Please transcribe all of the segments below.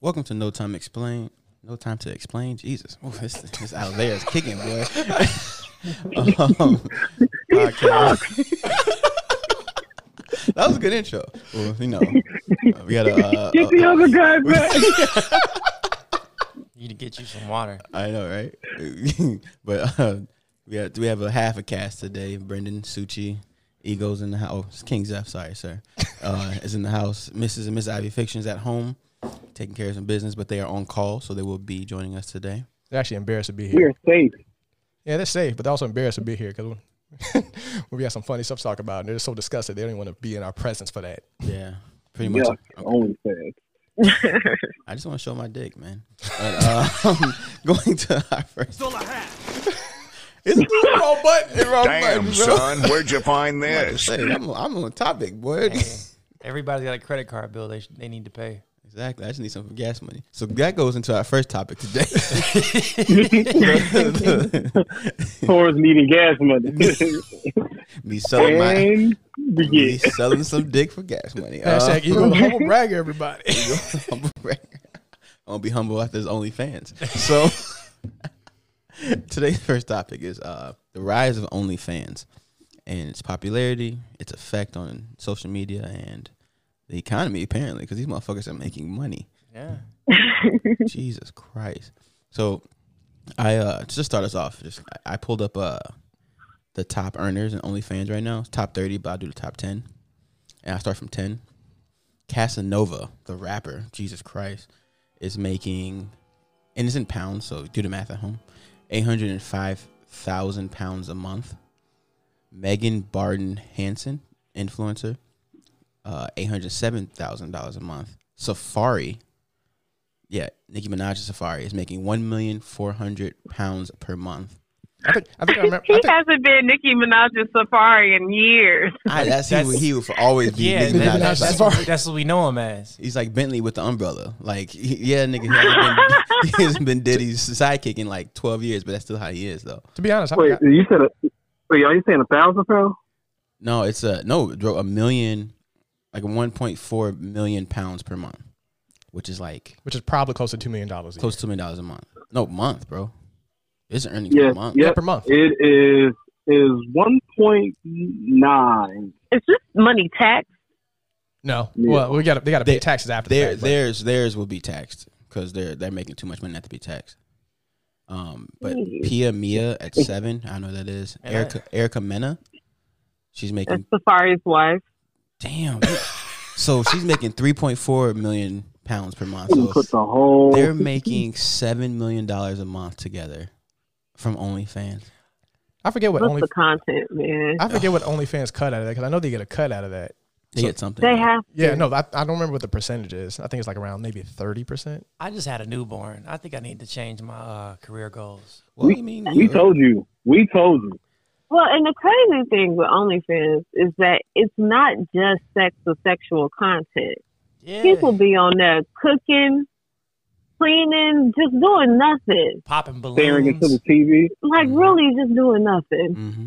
Welcome to No Time Explain. No time to explain. Jesus, Ooh, it's, it's out there. It's kicking, boy. um, podcast. that was a good intro. Well, you know, uh, we got a. Uh, Get the uh, other guy back. You to get you some water. I know, right? but uh, we have we have a half a cast today. Brendan Suchi, Ego's in the house. Oh, it's King Zeph, sorry, sir, uh, is in the house. Mrs. and Miss Ivy Fiction's at home, taking care of some business, but they are on call, so they will be joining us today. They're actually embarrassed to be here. We're safe. Yeah, they're safe, but they're also embarrassed to be here because we got some funny stuff to talk about, and they're so disgusted they don't even want to be in our presence for that. Yeah, pretty much. Yeah, only said. I just want to show my dick, man. But, um, going to our first. It's the wrong button. Wrong button, Damn, bro. son, where'd you find this? Hey, I'm, I'm on topic, boy. Hey, everybody's got a credit card bill they sh- they need to pay. Exactly. I just need some gas money. So that goes into our first topic today. The- Taurus needing gas money. the- me selling my and me begin. selling some dick for gas money. Uh, Hashtag ego humble brag, everybody. humble brag. I won't be humble after his OnlyFans. So today's first topic is uh, the rise of OnlyFans and its popularity, its effect on social media and the economy apparently because these motherfuckers are making money. Yeah. Jesus Christ. So I uh to just start us off, just I I pulled up uh the top earners and OnlyFans right now. It's top thirty, but I'll do the top ten. And I start from ten. Casanova, the rapper, Jesus Christ, is making and it's in pounds, so do the math at home. Eight hundred and five thousand pounds a month. Megan Barden Hansen, influencer, uh, eight hundred seven thousand dollars a month. Safari, yeah, Nicki Minaj's Safari is making one million four hundred pounds per month. I think I, think I remember. He I think, hasn't been Nicki Minaj's safari in years. I, that's, he would he would always be Yeah, Nicki that- Minaj. that's, Minaj's that's, Safari. what, that's what we know him as. He's like Bentley with the umbrella. Like, he- yeah, nigga, he hasn't been, he hasn't been Diddy's sidekick in like twelve years, but that's still how he is, though. to be honest, I Wait, forgot. you said a, wait, are you saying a thousand pounds? No, it's a no, bro, a million, like one point four million pounds per month, which is like which is probably close to two million dollars. close to two million dollars a month. No month, bro. It's an earnings Yeah, per month. yeah, yeah. per month. It is is one point nine. It's just money tax. No, Yeah. well, we got they got to They- pay taxes after Their, the fact, but theirs theirs will be taxed because they're they're making too much money not to be taxed. Um, but Mm. Pia Mia at seven, I know who that is And I- Erica Erica Mena. She's That's making Safari's wife. damn. so she's making three point four million pounds per month. You So put the whole. they're making seven million dollars a month together from OnlyFans. I forget what What's only the content, man? I forget what OnlyFans cut out of that because I know they get a cut out of that. They So- get something. They have Yeah, no, I, I don't remember what the percentage is. I think it's like around maybe thirty percent. I just had a newborn. I think I need to change my uh, career goals. Well, I mean, we told you. We told you. Well, and the crazy thing with OnlyFans is that it's not just sex or sexual content. Yeah. People be on there cooking, cleaning, just doing nothing. popping Staring into balloons, the TV. Like really just doing nothing. hmm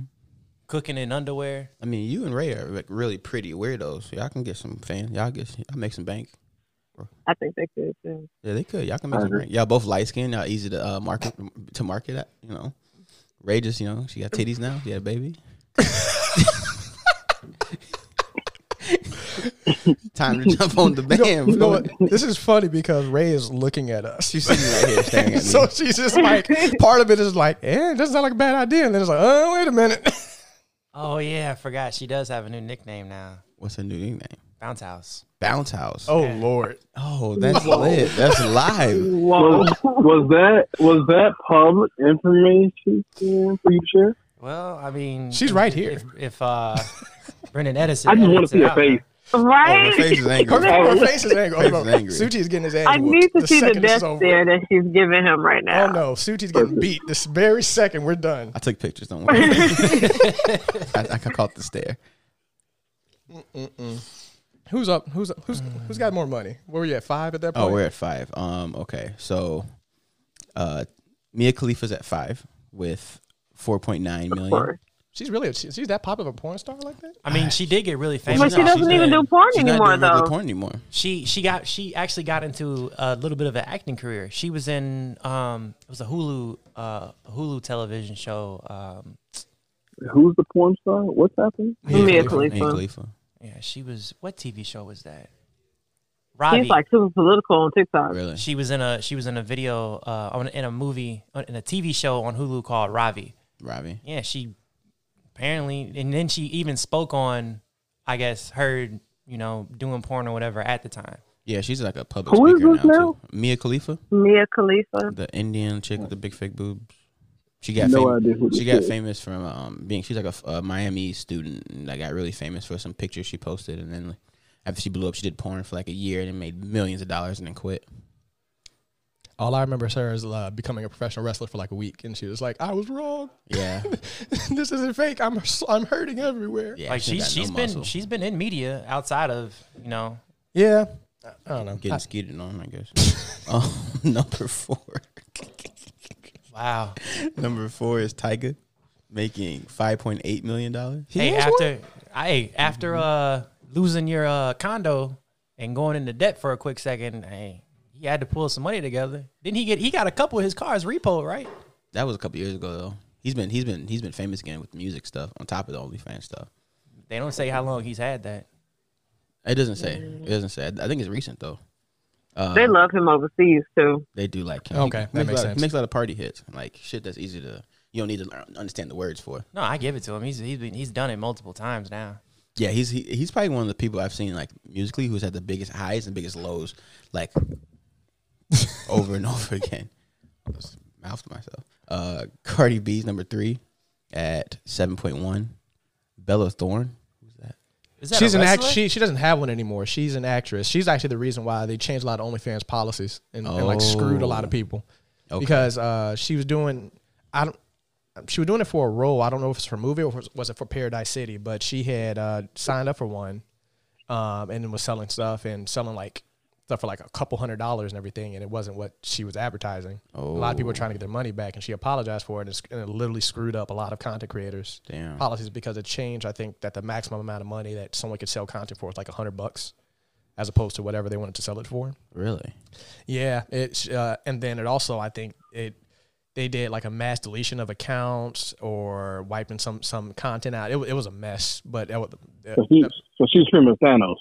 cooking in underwear. I mean, you and Ray are like really pretty weirdos. Y'all can get some fan. Y'all get. Y'all make some bank. I think they could too. Yeah, they could. Y'all can make I some agree. drink. Y'all both light skinned, y'all easy to uh, market to market at, you know. Ray just, you know, she got titties now. She had a baby. Time to jump on the You know- band. you know bro. what? This is funny because Ray is looking at us. She's sitting right here staring at me. so she's just like, part of it is like, eh, it doesn't sound like a bad idea. And then it's like, oh, wait a minute. Oh yeah, I forgot. She does have a new nickname now. What's her new nickname? Bounce house. Bounce House. Oh, Oh, Lord. that's lit. That's live. Was, was that was that public information uh, for you to share? Well, I mean, She's right if- here. If, if uh, Brendan Edison, I just want to edits it see a out, face. Her Right? face is angry. Her, her face is angry. Face is angry. Suchi is getting his ass I whooped need to see the second this death is over. stare that she's giving him right now. Oh, no. Suchi's getting beat this very second. We're done. I took pictures, don't worry. I, I caught the stare. Who's up? Who's up? Who's, who's got more money? Where were you at? Five at that point? Oh, we're at five. Um, okay. So uh Mia Khalifa's at five with four point nine Of million. course. She's really a, she's that popular of a porn star like that. I mean, she did get really famous. But she not- doesn't she's even not- do porn she's not anymore, doing really though. Porn anymore. she she got she actually got into a little bit of an acting career. She was in um it was a Hulu uh Hulu television show. Um Who's the porn star? What's happening? Mia Mia Khalifa. Khalifa. yeah, she was what TV show was that? She's Robbie. like super political on TikTok. Really? she was in a she was in a video uh on, in a movie uh, in a TV show on Hulu called Ravi. Robbie. Yeah, she apparently and then she even spoke on I guess her, you know, doing porn or whatever at the time. Yeah, she's like a public Who is speaker this now, now? too. Mia Khalifa, Mia Khalifa. the Indian chick with the big fake boobs. She got No fam- idea who this she got is. famous from um being she's like a, f- a Miami student and like got really famous for some pictures she posted and then like, after she blew up she did porn for like a year and then made millions of dollars and then quit. All I remember is her is uh, becoming a professional wrestler for like a week, and she was like, "I was wrong. Yeah. this isn't fake. I'm I'm hurting everywhere." yeah like she ain't got she's she's no been muscle. she's been in media outside of, you know, Yeah. I don't know. getting skeeted on, I guess. oh, number 4. wow. number 4 is Tyga making 5.8 million dollars. hey, after hey, after Mm-hmm. uh losing your uh condo and going into debt for a quick second, hey, he had to pull some money together. Didn't he get he got a couple of his cars repo, right? That was a couple years ago though. He's been he's been he's been famous again with music stuff on top of the OnlyFans stuff. They don't say how long he's had that. It doesn't say. It doesn't say. I think it's recent though. Uh, They love him overseas too. They do like him. Okay, He that makes makes a lot, sense. He makes a lot of party hits, like shit that's easy to. You don't need to learn, understand the words for. No, I give it to him. He's he's been, he's done it multiple times now. Yeah, he's he, he's probably one of the people I've seen like musically who's had the biggest highs and biggest lows, like over and over again. I just mouthed myself. Uh, Cardi B's number three at seven point one. Bella Thorne. Who's that? Is that She's a an act. wrestler? She she doesn't have one anymore. She's an actress. She's actually the reason why they changed a lot of OnlyFans policies and, and like screwed a lot of Oh. people Okay. because uh, she was doing I don't. She was doing it for a role. I don't know if it's for a movie or was- was it for Paradise City, but she had uh, signed up for one, um, and then was selling stuff and selling like stuff for like a couple hundred dollars and everything, and it wasn't what she was advertising. A lot of people were trying to get their money back, and she apologized for it, and, it's- and it literally screwed up a lot of content creators Damn. policies because it changed. I think that the maximum amount of money that someone could sell content for was like hundred bucks, as opposed to whatever they wanted to sell it for. Really? Yeah, it's uh, and then it also I think it they did like a mass deletion of accounts or wiping some some content out. It, wa- it was a mess, but that was, So, she, so she's screaming Thanos.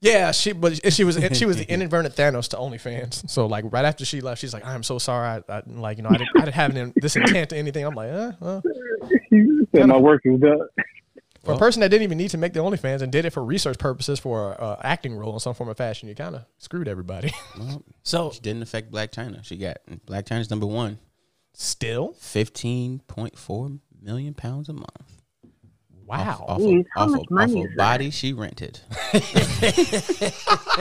yeah, she but she was she was the inadvertent Thanos to OnlyFans. So like right after she left, she's like, "I'm so sorry, I, I like you know I didn't, I didn't have any, this intent to anything." I'm like, eh, well. Said my work is done. for a person that didn't even need to make the OnlyFans and did it for research purposes for uh, acting role in some form of fashion, you kind of screwed everybody. So She didn't affect Black China. She got Black China's number one. Still, fifteen point four million pounds a month. Off, wow. off, Jeez, a, how off, much a, off money a is that? body she rented.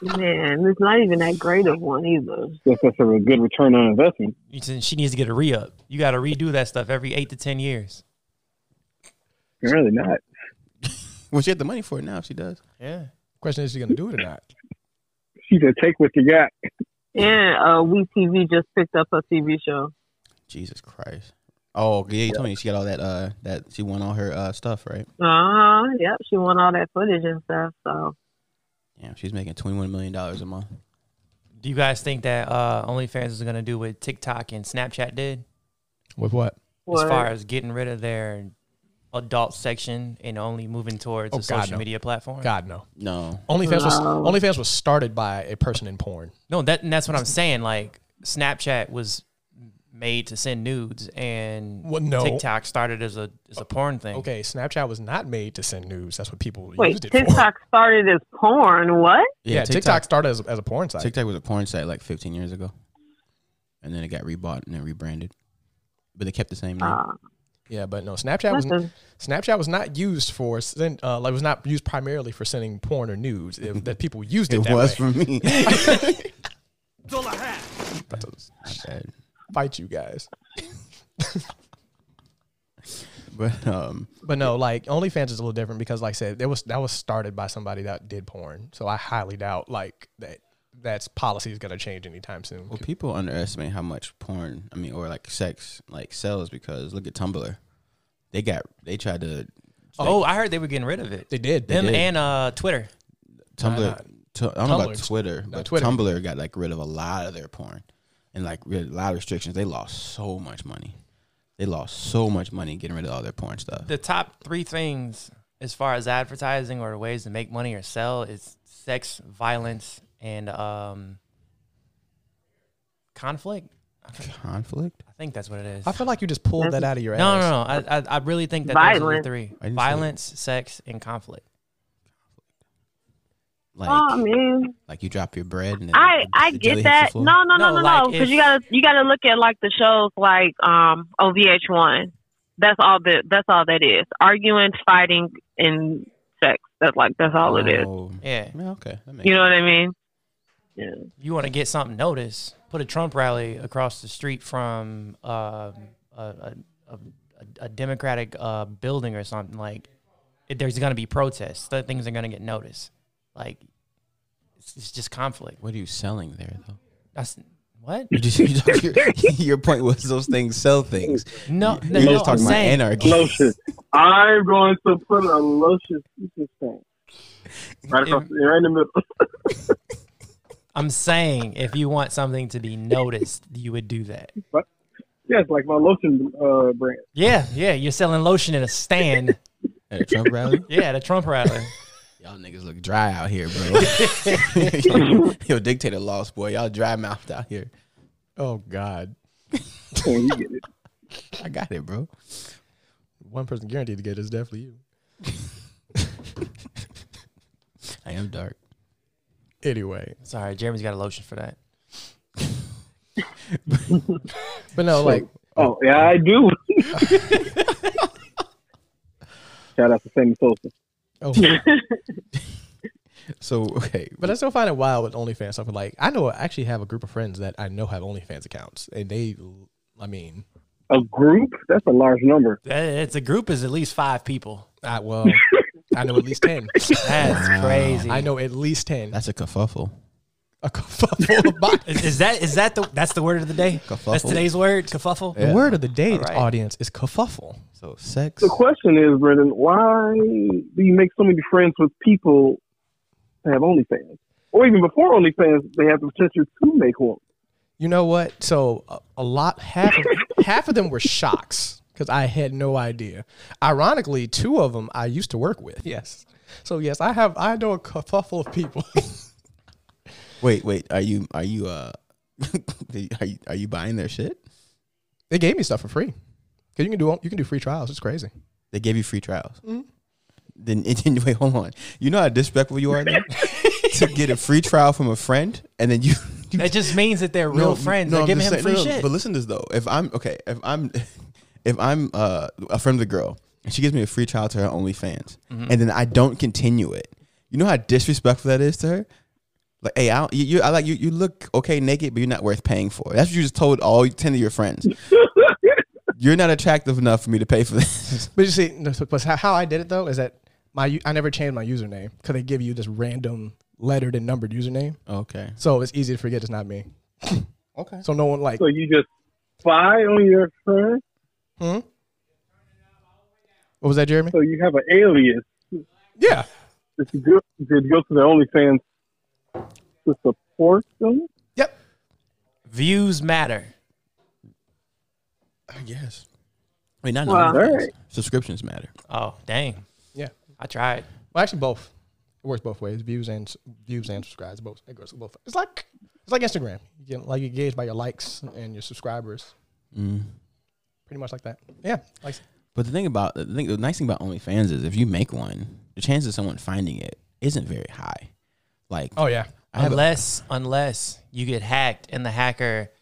Man, it's not even that great of one either. That's, that's a good return on investment. you said she needs to get a re up. You got to redo that stuff every eight to ten years. Apparently not. Well, she had the money for it now. If she does, Yeah. Question is, you gonna do it or not? She said, "Take what you got." And uh, We TV just picked up a TV show. Jesus Christ. Oh yeah, you told me she got all that. Uh, that she won all her uh stuff, right? Uh huh. Yep. She won all that footage and stuff. So Yeah, she's making twenty one million dollars a month. Do you guys think that uh, OnlyFans is going to do what TikTok and Snapchat did With what? what? as far as getting rid of their adult section and only moving towards Oh, a God, social no. media platform? God no. No, OnlyFans was No. OnlyFans was started by a person in porn. No, that and that's what I'm saying. Like Snapchat was made to send nudes, and Well, no. TikTok started as a as a porn thing. Okay, Snapchat was not made to send news. That's what people Wait, used it for. TikTok started as porn. What? Yeah, TikTok, started as, as a porn site. TikTok was a porn site like fifteen years ago, and then it got rebought and then rebranded, but they kept the same name. Uh, Yeah, but no, Snapchat was that's a, Snapchat was not used for send, uh, like was not used primarily for sending porn or nudes. It, that people used it, it that was way. for me. About to My bad. fight you guys. But um, But no, like OnlyFans is a little different because, like I said, that was that was started by somebody that did porn. So I highly doubt like that that's policy is gonna change anytime soon. Well, people underestimate how much porn, I mean, or like sex, like sells because look at Tumblr. They got they tried to oh, I heard they were getting rid of it. They did. Them did. and uh, Twitter. Tumblr. not- tu- I don't know about Tumblr. Twitter, but Twitter. Tumblr got like rid of a lot of their porn and like rid- a lot of restrictions. They lost so much money. They lost so much money getting rid of all their porn stuff. The top three things as far as advertising or ways to make money or sell is sex, violence, and um, conflict. Conflict. I think that's what it is. I feel like you just pulled that out of your no, no, ass. no. I, I, I really think that those are the Violence. three: I didn't say- violence, sex, and conflict. Like oh man, like you drop your bread and then I the- I the jelly get hits that. the floor. No, no, no, No, no, no. like, if- Because you gotta you gotta look at like the shows like um OVH1. That's all that that's all that is. Arguing, fighting, and sex. That's like that's all it is. Oh. Yeah, Yeah, okay. That makes You know what I mean? you want to get something noticed? Put a Trump rally across the street from um, a, a, a, a Democratic uh, building or something. Like, it, there's going to be protests. Th- Things are going to get noticed. Like, it's, it's just conflict. What are you selling there though? That's what? You just, you talk- your, your point was those things sell things. No, no, You're no, just talking I'm about saying, anarchy. Lotion. I'm going to put a lotion feature tank right across, right in the middle. I'm saying if you want something to be noticed, you would do that. Yes, like my lotion uh, brand. Yeah, yeah. You're selling lotion in a stand. At a Trump rally? Yeah, at a Trump rally. Y'all niggas look dry out here, bro. Yo, dictator lost boy. Y'all dry mouthed out here. Oh God. Oh, you get it. I got it, bro. One person guaranteed to get is definitely you. I am dark. Anyway. Sorry, Jeremy's got a lotion for that. But no, like Oh, yeah, I do. Shout out to Sammy Sosa. oh So okay, but I still find it wild with OnlyFans stuff. Like I know I actually have a group of friends that I know have OnlyFans accounts and they I mean A group? That's a large number. That- It's a group is at least five people. I well I know at least ten. That's crazy. I know at least ten. that's a kerfuffle. A kerfuffle of bodies. Is, is that is that the that's the word of the day? Kerfuffle. That's today's word. Kerfuffle. Yeah. The word of the day, All right. audience, is kerfuffle. So sex. The question is, Brendan, why do you make so many friends with people that have OnlyFans? Or even before OnlyFans, they have the potential to make one. You know what? So a, a lot half of, half of them were shocks because I had no idea. Ironically, two of them I used to work with. Yes. So yes, I have I know a kerfuffle of people. Wait, wait. Are you are you uh are you, are you buying their shit? they gave me stuff for free. Cause you can do you can do free trials. It's crazy. They gave you free trials. Mm-hmm. Then, and then wait, hold on. You know how disrespectful you are then? to get a free trial from a friend and then you, you That just means that they're real No, friends. no, they're I'm giving him just free saying- no, no, shit. But listen to this though. If I'm okay, if I'm if I'm uh, a friend of the girl and she gives me a free trial to her OnlyFans, Mm-hmm. and then I don't continue it, you know how disrespectful that is to her. Like, hey, I don't, you, you, I like you. You look okay naked, but you're not worth paying for. That's what you just told all ten of your friends. you're not attractive enough for me to pay for this. But you see, no, so- but how- how I did it though is that my u- I never changed my username because they give you this random lettered and numbered username, okay. so it's easy to forget it's not me. Okay. So no one like So you just spy on your friend? what was that, Jeremy? So you have an alias Yeah, that you go, that go to the OnlyFans to support them? yep. Views matter. I guess. Wait, not Wow. numbers. Alright. Subscriptions matter. Oh dang, Yeah. I tried. Well, actually, both. It works both ways: views and s- views and subscribes. Both it goes both. It's like it's like Instagram. You get like you gauge by your likes and your subscribers. Mm. Pretty much like that. Yeah, like But the thing about the thing, the nice thing about OnlyFans is if you make one, the chances of someone finding it isn't very high. Like oh yeah, I have a- unless unless you get hacked and the hacker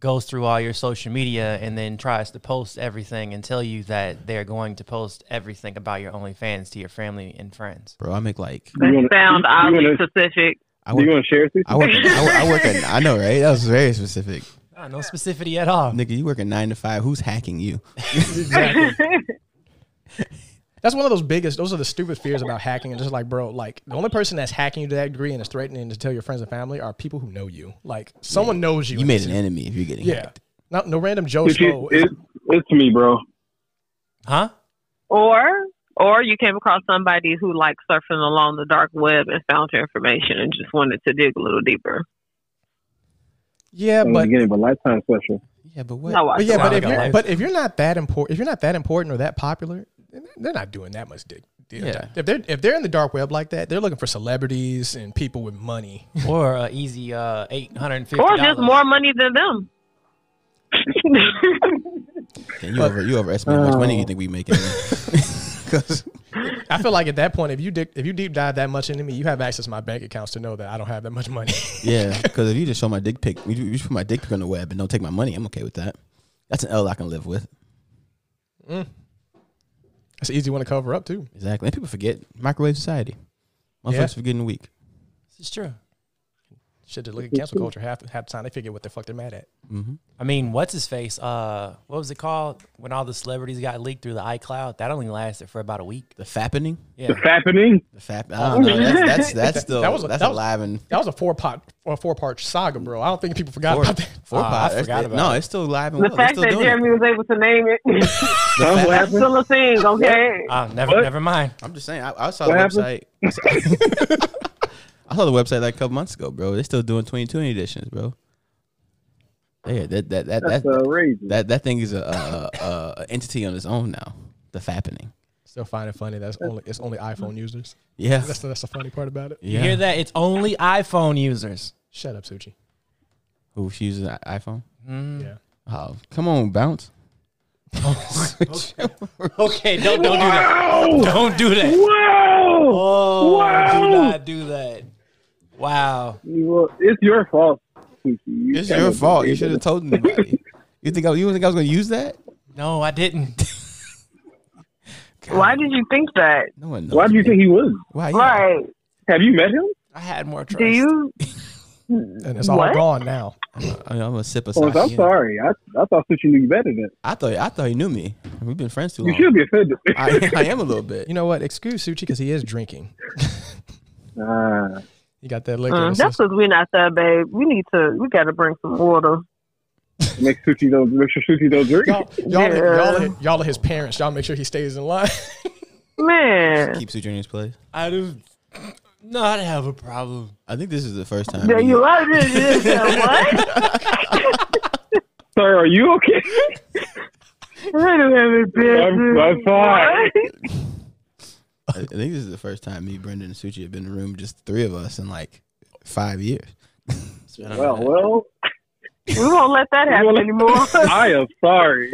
goes through all your social media and then tries to post everything and tell you that they're going to post everything about your OnlyFans to your family and friends. bro, I make like Do you wanna- That sounds do you wanna- oddly specific. I Do you work, want to share this? I work, I work, I work at, I know, right? That was very specific. Ah, no specificity at all. Nigga, you work a nine to five. Who's hacking you? That's one of those biggest. Those are the stupid fears about hacking. And just like, bro, like the only person that's hacking you to that degree and is threatening to tell your friends and family are people who know you. Like someone knows you. You made an enemy if you're getting Yeah. hacked. No, no random Joe It's, Schmo. it's, it's me, bro. Huh? Or or you came across somebody who like surfing along the dark web and found your information and just wanted to dig a little deeper. Yeah, From the but beginning of a lifetime special. Yeah, but I what? watched but yeah, a lot but of if got you're life. but if you're not that important, if you're not that important or that popular, then they're not doing that much dig. dig Yeah. If they're if they're in the dark web like that, they're looking for celebrities and people with money. Or a easy uh, eight hundred and fifty. Or just more money than them. Damn, you, over, you overestimate how much money you think we making. Because I feel like at that point, if you dig, if you deep dive that much into me, you have access to my bank accounts to know that I don't have that much money. yeah, because if you just show my dick pic, you, you just put my dick pic on the web and don't take my money, I'm okay with that. That's an L I can live with. That's an easy one to cover up too. Exactly. And people forget microwave society. Motherfuckers Yeah. forgetting weak. It's true. Shit, just look at cancel culture half half the time. They figure what the fuck they're mad at. I mean, what's his face? Uh, what was it called when all the celebrities got leaked through the iCloud? That only lasted for about a week. The fappening. Yeah, Fappening. The fap. I Oh. don't know. That's that's, that's still that was a- that's that was- Oh, alive and That was a four pot or four part saga, bro. I don't think people forgot four, about that. four Ah, I pot. That's- forgot about no, it's still alive and the well. They're fact Oh, still that doing Jeremy it. was able to name it The fap- that's still a thing, okay? uh, never, What? never mind. I'm just saying. I, I saw What the happened? website. I saw the website like a couple months ago, bro. They're still doing 2020 editions, bro. Yeah, that that that That's uh, that, uh, outrageous. that, that thing is a, a, a, a entity on its own now. The fappening. Still find it funny. That's only it's only iPhone users. Yeah. That's the, that's the funny part about it. yeah. You hear that? It's only iPhone users. Shut up, Suchi. Who she uses an iPhone? Yeah. Oh, come on, bounce. Oh, Okay, don't don't do that. Don't do that. Oh, Wow! Oh, do Wow. not do that. Wow. Well, uh, it's your fault. Sushi. You It's kinda your fault. You did should it. have told anybody. You think I, you think I was going to use that? No, I didn't. Why did you think that? No one knows. Why do you me. think he was? Why? yeah. Right. Have you met him? I had more trust. Do you And it's all What? gone now. I mean, I'm a sip of Oh, sake. I'm sorry. I, I thought Sushi knew you better than that. I thought I thought he knew me. We've been friends too You long. should be offended. I, I am a little bit. You know what? Excuse Suchi because he is drinking. Ah. He got that liquor. in Mm, his that's system. because we're not that, babe. We need to. We got to bring some water. make Sushi don't make sure Sushi don't drink. y'all, y'all, Yeah. y'all, y'all, are his parents. Y'all make sure he stays in line. Man, Keep Sue Junior's place. I do not have a problem. I think this is the first time. there we- you are. This is- what? Sir, are you okay? I don't have a I'm, business. I'm fine. I I think this is the first time me, Brendan, and Suchi have been in the room, just the three of us, in like five years. It's been a Well, minute. well, We won't let that happen anymore. I am sorry.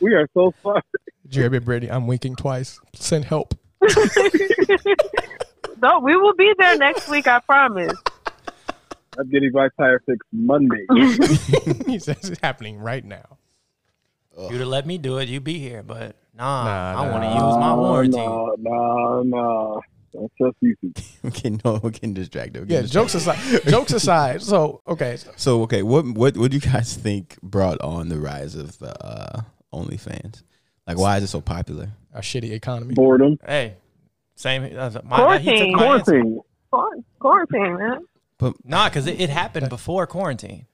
we are so sorry. Jeremy Brady, I'm winking twice. Send help. no, we will be there next week. I promise. I'm getting my tire fixed Monday. he says it's happening right now. You'd have let me do it. You'd be here, but nah. Nah, I nah. want to use Oh, my warranty. No, no, no. That's just Sushi. we're getting no, we're getting distracted. We're getting Yeah, jokes aside. jokes aside. So okay, distracted. So okay, what what what do you guys think brought on the rise of the uh, OnlyFans? Like, why is it so popular? our shitty economy. Boredom. Hey, same. Uh, my, he took Quarantine. my answer. Quarantine. Quar- Quarantine, man. Nah, because it, it happened before quarantine.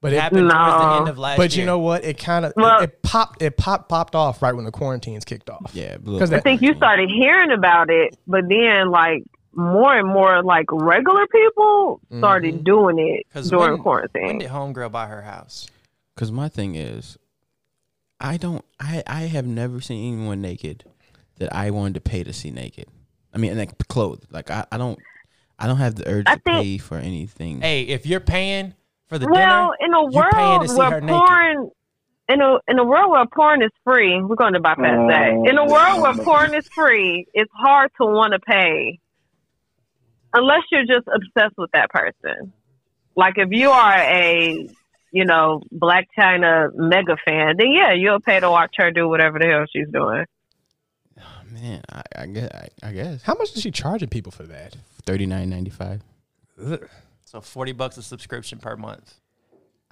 But It it, happened towards the No. end of last year. but you know what? It kind of Well- it, it popped it popped popped off right when the quarantines kicked off. Yeah, 'Cause I think you started hearing about it, but then like more and more like regular people started doing it Mm-hmm. 'Cause during when- quarantine. When did homegirl buy her house? Because my thing is, I don't. I I have never seen anyone naked that I wanted to pay to see naked. I mean, and like clothed. Like I, I don't. I don't have the urge I to think- pay for anything. Hey, if you're paying for the well, dinner, in a you're paying to world see where her naked. porn, in a in a world where porn is free, we're going to bypass that. In a world where porn is free, it's hard to want to pay, unless you're just obsessed with that person. Like if you are a you know Black China mega fan, then yeah, you'll pay to watch her do whatever the hell she's doing. Oh, man, I, I guess. I, I guess How much is she charging people for that? thirty nine ninety five. so forty bucks a subscription per month.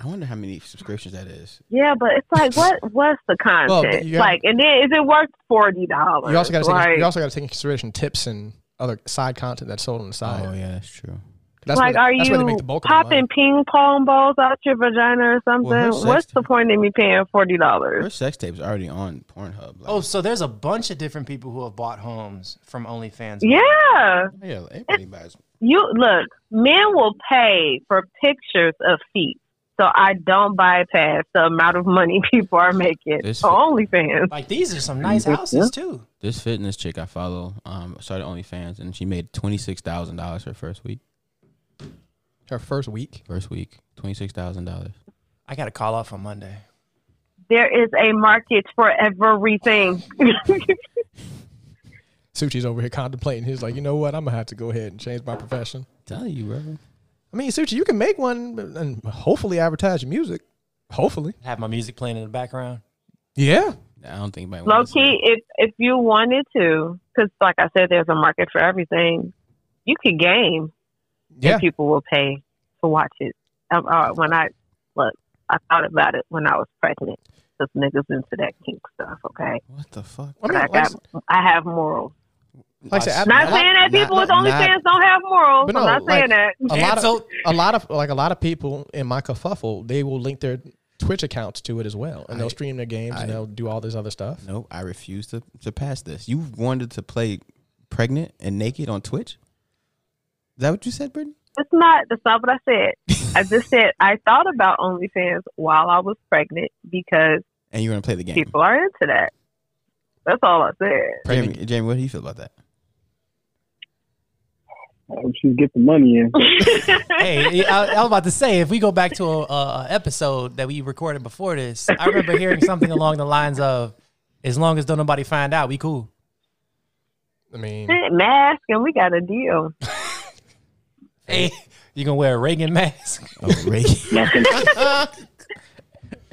I wonder how many subscriptions that is. Yeah, but it's like what what's the content? Well, but you gotta- like, and then is it worth forty dollars? You also got to take like, you also got to take into consideration tips and other side content that's sold on the side. Oh yeah, that's true. That's like, where, are that's where they you make the bulk of the money. popping ping pong balls out your vagina or something? her sex What's the point in me paying forty Her dollars? sex tape's already on Pornhub. Like, Oh, so there's a bunch of different people who have bought homes from OnlyFans. Yeah, yeah, everybody buys. you look. Men will pay for pictures of feet, so I don't bypass the amount of money people are making This- on OnlyFans. Like these are some nice Yeah. houses too. This fitness chick I follow um, started OnlyFans and she made twenty six thousand dollars her first week. her first week. First week, twenty six thousand dollars. I got a call off on Monday. There is a market for everything. Suchi's over here contemplating. He's like, you know what? I'm gonna have to go ahead and change my profession. Tell you, bro. I mean, Suchi, you can make one and hopefully advertise your music. Hopefully, Have my music playing in the background. yeah. I don't think anybody. Low wants to see key, if if you wanted to, because like I said, there's a market for everything. You could game, Yeah. and people will pay to watch it. Um, uh, when I look, I thought about it when I was pregnant. Because niggas into that kink stuff, okay? it. What the fuck? I mean, I, like, got, I have morals. like I said, Not I- saying that not- people with not- OnlyFans don't have morals. But I'm no, not saying that. a lot of Cancel. a lot of like a lot of people in my kerfuffle, they will link their Twitch accounts to it as well, and they'll stream their games and they'll do all this other stuff. Nope, I refuse to, to pass this. You wanted to play pregnant and naked on Twitch? Is that what you said, Brittany? It's not. That's not what I said. I just said I thought about OnlyFans while I was pregnant because And you're gonna play the game. people are into that. That's all I said. Jamie, Jamie, what do you feel about that? Oh, she get the money in. hey, I, I was about to say if we go back to a, a episode that we recorded before this, I remember hearing something along the lines of, "As long as don't nobody find out, we cool." I mean, mask and we got a deal. Hey, you gonna wear a Reagan mask? Oh, Reagan.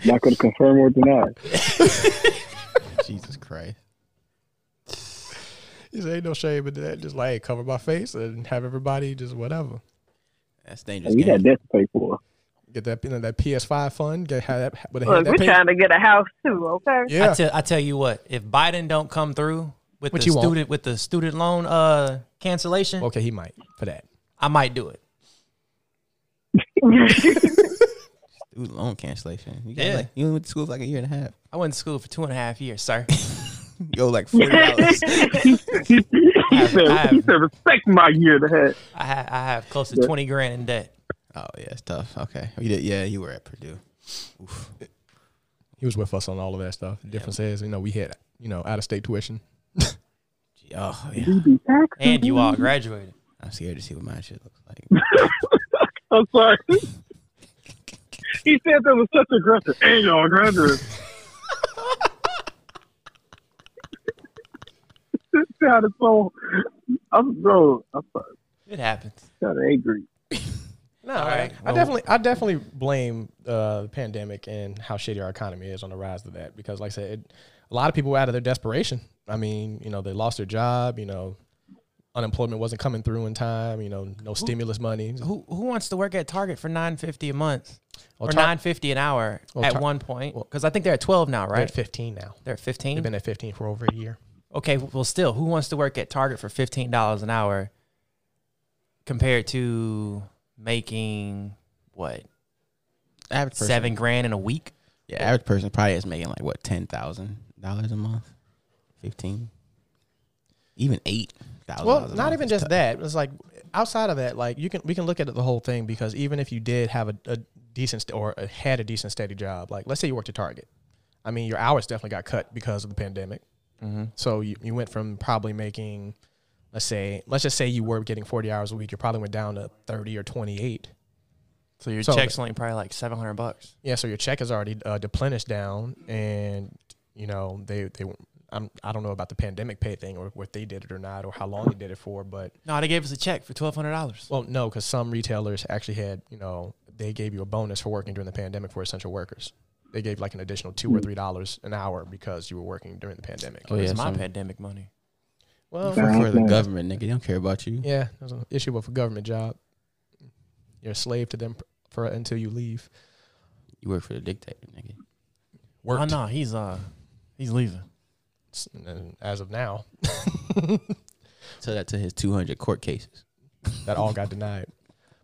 Not going to confirm or deny. Jesus Christ. you say ain't no shame, but that just like cover my face and have everybody just whatever. That's dangerous. And we got game. that to pay for. Get that you know that PS5 fund. Get have that. With Look, that we're pay- trying to get a house too, okay? yeah. I, tell, I tell you what, if Biden don't come through with Which the he won't. student with the student loan uh cancellation, okay, he might for that. I might do it. Dude, loan cancellation. You got Yeah. like you only went to school for like a year and a half. I went to school for two and a half years, sir. You owe like forty dollars. he, said, I- he said, respect my year to have. I, ha- I have close to twenty grand in debt. oh yeah, it's tough. Okay. You did, yeah, you were at Purdue. Oof. He was with us on all of that stuff. The difference is, you know, we had you know out of state tuition. Gee, Oh yeah. And you all graduated. I'm scared to see what my shit looks like. I'm sorry. he said that was such aggressive. Hey, y'all, graduates. God, it's so. I'm bro. I'm sorry. It happens. kind of angry. No, All right. I definitely, I definitely blame uh, the pandemic and how shitty our economy is on the rise of that. Because, like I said, it, a lot of people were out of their desperation. I mean, you know, they lost their job. You know, unemployment wasn't coming through in time. You know, no stimulus money. Who who wants to work at Target for nine fifty a month or Tar- nine fifty an hour at Tar- one point? Because I think they're at twelve now, They're right? at fifteen now. They're at They've fifteen. been at fifteen for over a year. Okay, well, still, who wants to work at Target for fifteen dollars an hour compared to making what average person. seven grand in a week? Yeah, average person probably is making like what ten thousand dollars a month, fifteen, even eight thousand. Well, not even just that. It's like outside of that, like you can we can look at the whole thing because even if you did have a, a decent st- or a, had a decent steady job, like let's say you worked at Target, I mean your hours definitely got cut because of the pandemic. So you, you went from probably making, let's say, let's just say you were getting forty hours a week, you probably went down to thirty or twenty eight. So your So- check's only probably like seven hundred bucks. Yeah, so your check is already uh, deplenished down, and you know they they. I'm, I don't know about the pandemic pay thing or what they did it or not or how long they did it for, but No, they gave us a check for twelve hundred dollars. Well, no, because some retailers actually had, you know, they gave you a bonus for working during the pandemic for essential workers. They gave like an additional two or three dollars an hour because you were working during the pandemic. Hmm. Oh yeah, It's my some- pandemic money. Well, for, for the government, nigga, they don't care about you. yeah, there's an issue with a government job. You're a slave to them for until you leave. You work for the dictator, nigga. Work Oh no, he's uh, he's leaving. as of now, Tell that to his two hundred court cases. that all got denied.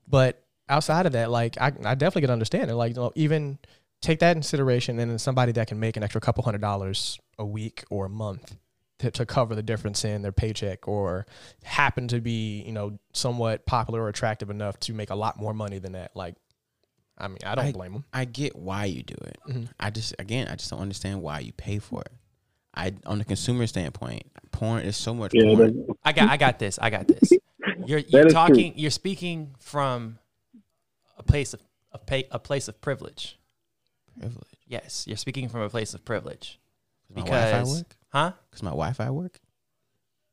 But outside of that, like I, I definitely can understand it. Like you know, even take that in consideration, and then somebody that can make an extra couple hundred dollars a week or a month to, to cover the difference in their paycheck, or happen to be you know somewhat popular or attractive enough to make a lot more money than that. Like, I mean, I don't blame them. I get why you do it. I just again, I just don't understand why you pay for it. I on the consumer standpoint, porn is so much Yeah, porn. that- I got I got this. I got this. You're That is you're true. talking you're speaking from a place of a, pay, a place of privilege. Privilege. Yes, you're speaking from a place of privilege. Does my Wi-Fi Because- work? Huh? Because my Wi-Fi work?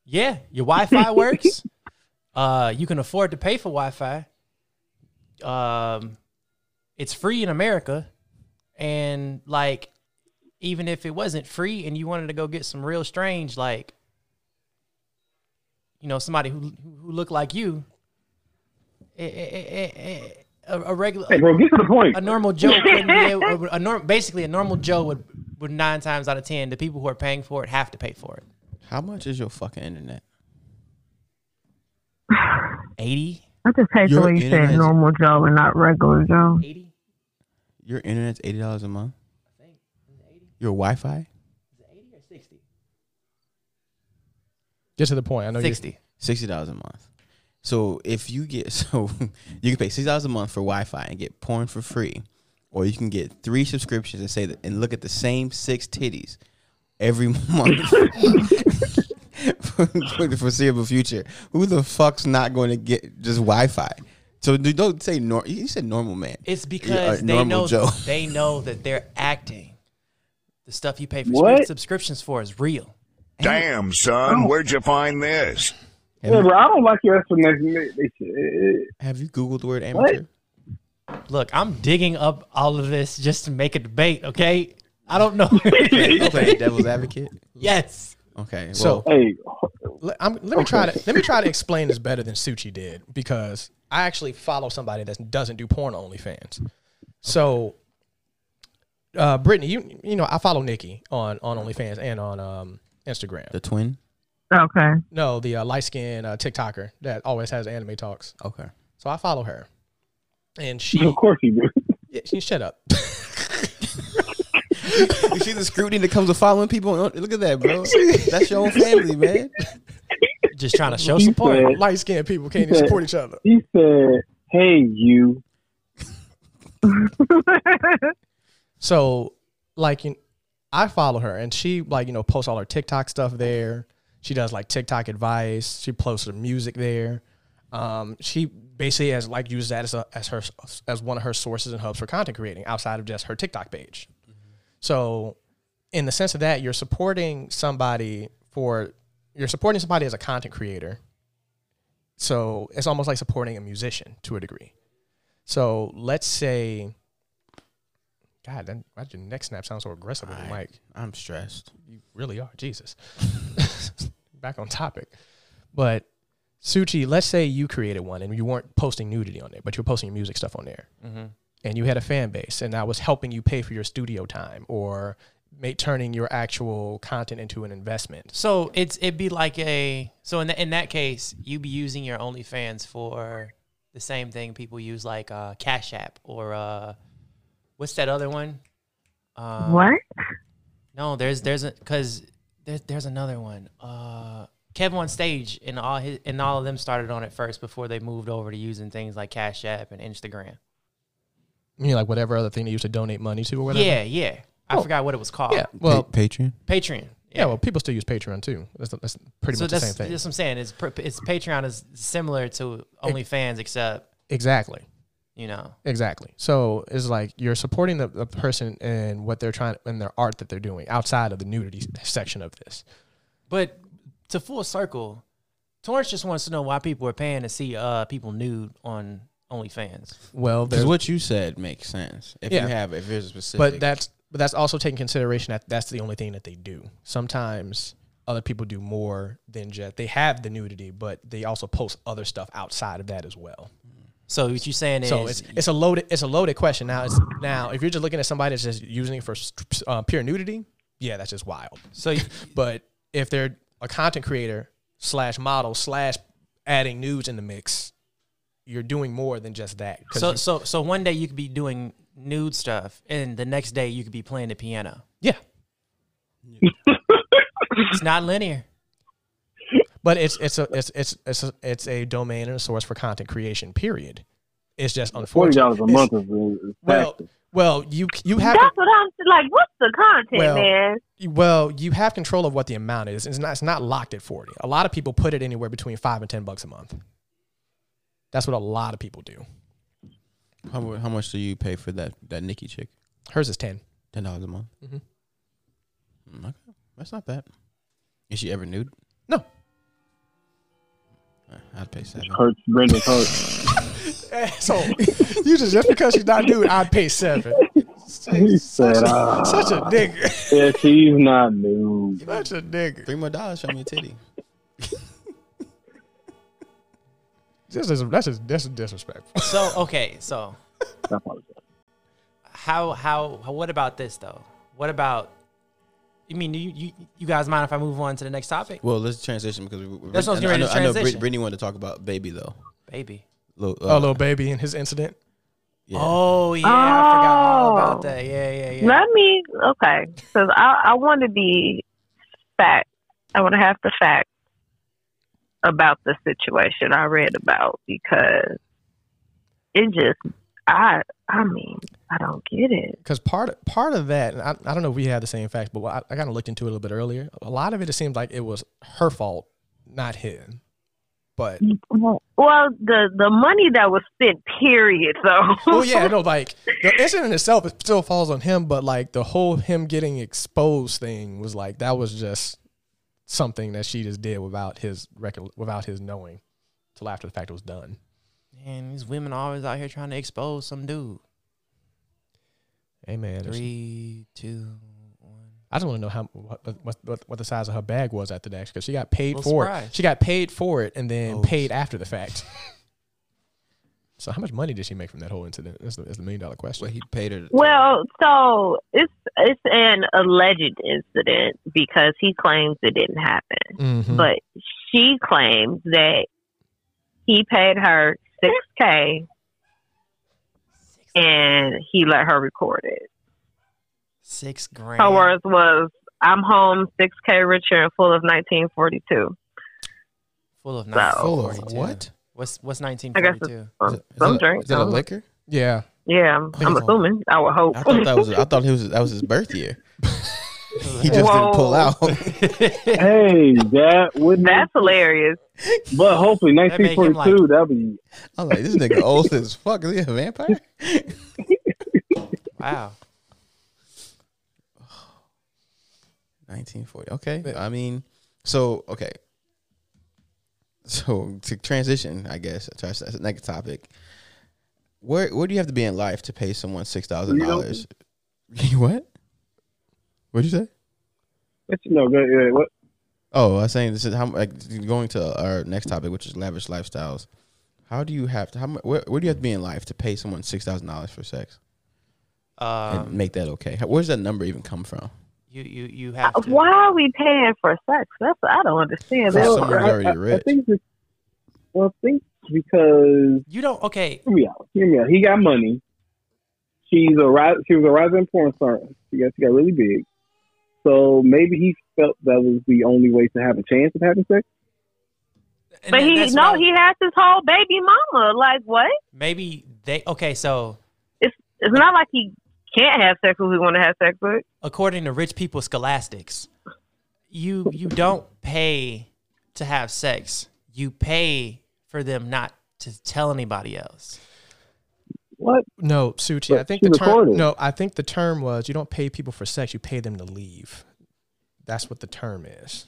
Yeah, your Wi-Fi works. Uh, you can afford to pay for Wi-Fi. Um, it's free in America, and like, even if it wasn't free, and you wanted to go get some real strange, like, you know, somebody who who looked like you, eh, eh, eh, eh, eh, a, a regular, Hey, bro, get to the point. a normal Joe wouldn't be able, a norm, basically a normal Joe would would nine times out of ten, the people who are paying for it have to pay for it. How much is your fucking internet? Eighty. I just hate Your the way you internet said is- normal Joe and not regular Joe. 80? Your internet's eighty dollars a month. Your Wi-Fi 80 or 60? Get to the point. I know you 60. sixty dollars a month. So if you get so you can pay six dollars a month for Wi-Fi and get porn for free, or you can get three subscriptions and say that and look at the same six titties every month for, for the foreseeable future. Who the fuck's not going to get just Wi-Fi? So you don't say nor. You said normal man. Yeah, It's uh, because they normal know Joe. they know that they're acting. The stuff you pay for What? subscri- subscriptions for is real. Damn, son, where'd you find this? Yeah, bro, I don't like your explanation. They- they eh, should- Have you googled the word amateur? What? Look, I'm digging up all of this just to make a debate, okay? I don't know. You playing devil's advocate. yes. Okay. Well, So- so Hey, let, I'm, let me try to let me try to explain this better than Suchi did because I actually follow somebody that doesn't do porn on OnlyFans. So, uh, Brittany, you you know I follow Nikki on on OnlyFans and on um, Instagram. the twin. Okay. No, the uh, light skin uh, TikToker that always has anime talks. Okay. So I follow her, and of she, course you do. yeah, she shut up. You see the scrutiny that comes with following people. Look at that, bro. That's your own family, man. Just trying to show You support. said- light skinned people can't even support each other. He said, "Hey, you." So, like, you, I follow her, and she like you know posts all her TikTok stuff there. She does like TikTok advice. She posts her music there. Um, she basically has like used that as a, as her as one of her sources and hubs for content creating outside of just her TikTok page. So, in the sense of that, you're supporting somebody for you're supporting somebody as a content creator. So it's almost like supporting a musician to a degree. So let's say, God, that, why'd your neck snap sound so aggressive with the mic? I'm stressed. You really are, Jesus. Back on topic, but Suchi, let's say you created one and you weren't posting nudity on there, but you were posting your music stuff on there Mm-hmm. and you had a fan base and I was helping you pay for your studio time or make turning your actual content into an investment. So it's it'd be like a so in tha- in that case you'd be using your OnlyFans for the same thing people use like uh, Cash App or uh, what's that other one? Uh, Um, What? No, there's there's a because there's there's another one. Uh, Kev on stage and all his and all of them started on it first before they moved over to using things like Cash App and Instagram. You know, like whatever other thing they used to donate money to or whatever. Yeah, yeah. I forgot what it was called. Yeah. Well, Patreon. Patreon. yeah. Well, people still use Patreon too. That's, that's pretty so much that's, the same thing. that's what I'm saying. It's pr- it's Patreon is similar to OnlyFans except exactly. you know Exactly. So it's like you're supporting the, the person and what they're trying and their art that they're doing outside of the nudity section of this. But to full circle, Torrance just wants to know why people are paying to see uh people nude on OnlyFans. Well, Because there's what you said makes sense. If Yeah. you have, if there's a specific. but that's but that's also taking consideration that that's the only thing that they do. Sometimes other people do more than just they have the nudity, but they also post other stuff outside of that as well. So what you saying is So it's it's a loaded it's a loaded question. Now it's now if you're just looking at somebody that's just using it for uh, pure nudity, yeah, that's just wild. so you- But if they're a content creator slash model slash adding nudes in the mix, you're doing more than just that. 'Cause So you- so so one day you could be doing nude stuff, and the next day you could be playing the piano. yeah, It's not linear. but it's it's a it's it's it's a, it's a domain and a source for content creation. Period. It's just Forty unfortunate. dollars a It's- month is, is Well, taxes. well, you you have That's what I'm like. What's the content, Well, man? well you have control of what the amount is. It's not it's not locked at forty. A lot of people put it anywhere between five and ten bucks a month. That's what a lot of people do. How, mu- how much do you pay for that that Nikki chick? Hers is ten. Ten dollars a month. Mhm. Mm-hmm. Mm, Okay, that's not bad. Is she ever nude? No, Uh, I'd pay seven. Hurts Brendan's hurt. So you just just because she's not nude, I'd pay seven. He Such said, a, "Ah." such a nigga. Yeah, she's not new. Such a nigga. Three more dollars, show me a titty. This is that's just that's disrespectful. So okay, so I apologize. how how, how what about this though? What about? I mean, you, you you guys mind if I move on to the next topic, Well, let's transition because we, That's what I was getting I ready know, to I know transition. Brit- Brittany wanted to talk about baby though. baby? Lil- uh, Oh, little baby and his incident. yeah. Oh yeah, I forgot all Oh. about that. Yeah, yeah, yeah. Let me okay, because I I want to be fact. I want to have the facts about the situation I read about because it just I I mean I don't get it. Because part of, part of that, and I, I don't know if we had the same facts, but I, I kind of looked into it a little bit earlier. A lot of it, it seemed like it was her fault, not him. But Well, the the money that was spent, period. So Oh, well, yeah, no, like the incident itself, it still falls on him. But like the whole him getting exposed thing was like that was just something that she just did without his record, without his knowing, till after the fact it was done. Man, these women are always out here trying to expose some dude. Amen. Three, two, one. I just want to know how what, what, what, what the size of her bag was after that because she got paid Little for surprise. it. She got paid for it and then Oh, paid after the fact. so how much money did she make from that whole incident? That's the, that's the million dollar question. Well, he paid her. Well, so it's it's an alleged incident because he claims it didn't happen, Hmm. Mhm. but she claims that he paid her six k, and he let her record it. Six grand. Her words was, "I'm home, six k richer and full of 1942." Full of Full of 1942. what? What's what's I guess 1942? it's Is that- some is that- drink. Is that a I'm- liquor? yeah, Yeah, I'm it's- assuming. I would hope. I thought that was. I thought he was. That was his birth year. he just didn't pull Whoa. out. Hey, that wouldn't. That's hilarious. but hopefully, That make him 1942. That'd be I'm like, this nigga old as fuck. Is he a vampire? Wow. 1940. Okay. I mean, so okay. So to transition, I guess to our se- next topic. Where where do you have to be in life to pay someone six thousand dollars? What? What'd you say? But you know, go- yeah, what? Oh, I was saying this is how like going to our next topic, which is lavish lifestyles. How do you have to? How mu- where, where do you have to be in life to pay someone six thousand dollars for sex and Um, make that okay? How- Where does that number even come from? you you you have to. Why are we paying for sex? That's I don't understand For that. someone part. who's already I, I, I rich. think this, well, I think because You don't. Okay. hear me out. Hear me out. He got money. She's a ri- she was a rising porn star. She got she got really big. So maybe he felt that was the only way to have a chance of having sex. and But that- he that's no, why- he has his whole baby mama. Like what? Maybe they. Okay, so It's not like he can't have sex with who he want to have sex with. according to rich people scholastics, you you don't pay to have sex. You pay for them not to tell anybody else. What? no, Suchi. But I think she the term. recorded. No, I think the term was you don't pay people for sex; you pay them to leave. That's what the term is.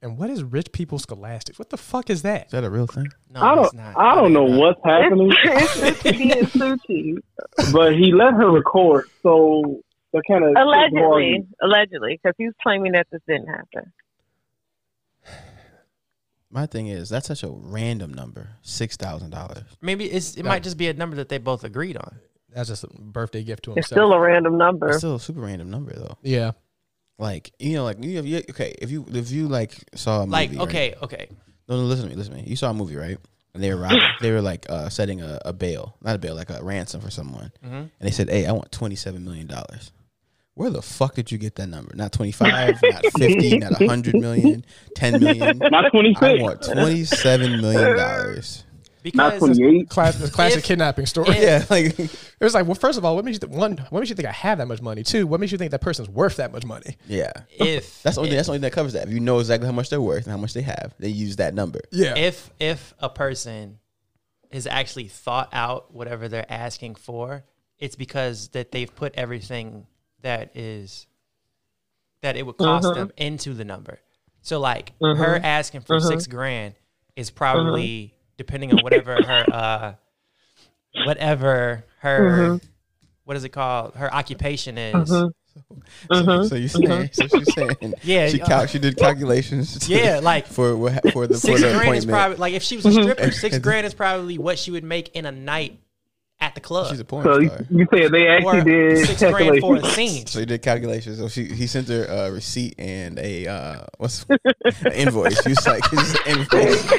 And what is rich people scholastics? What the fuck is that? Is that a real thing? No, I it's don't not. I don't know what's happening. It's, it's, it's being sushi. but he let her record, so that kind of Allegedly, allegedly, because he's claiming that this didn't happen. My thing is that's such a random number, six thousand dollars. Maybe it's it might just be a number that they both agreed on. That's just a birthday gift to himself. It's still a random number. It's still a super random number though. yeah. Like you know, like you have you, okay. If you if you like saw a movie, Like, right? okay, okay. no, no, listen to me, listen to me. You saw a movie, right? And they were robbing, they were like uh, setting a, a bail, not a bail, like a ransom for someone. Mm-hmm. And they said, "Hey, I want twenty seven million dollars." Where the fuck did you get that number? Not twenty five, not fifty, not a hundred million, ten million. Not twenty I six. want twenty seven million dollars. Not Because twenty eight. Class, the classic If- kidnapping story. Yeah, like It was like, well, first of all, what makes you th- one? What makes you think I have that much money? Two, what makes you think that person's worth that much money? yeah. if That's the only thing, that's the only thing that covers that. If you know exactly how much they're worth and how much they have, they use that number. Yeah, if if a person has actually thought out whatever they're asking for, it's because that they've put everything that is that it would cost them into the number. So like her asking for six grand is probably depending on whatever her uh whatever her what is it called? Her occupation is. So, so you saying? So she's saying? Uh-huh. Yeah, She uh, cal- she did calculations. to- Yeah, like, for what- for the Six for the grand appointment. is probably like if she was a stripper, six grand is probably what she would make in a night at the club. she's a porn So you, star. you said they actually or did six grand for a calculations. scene. So he did calculations. So she he sent her a receipt and a uh what's an invoice. She was like, "Here's an invoice.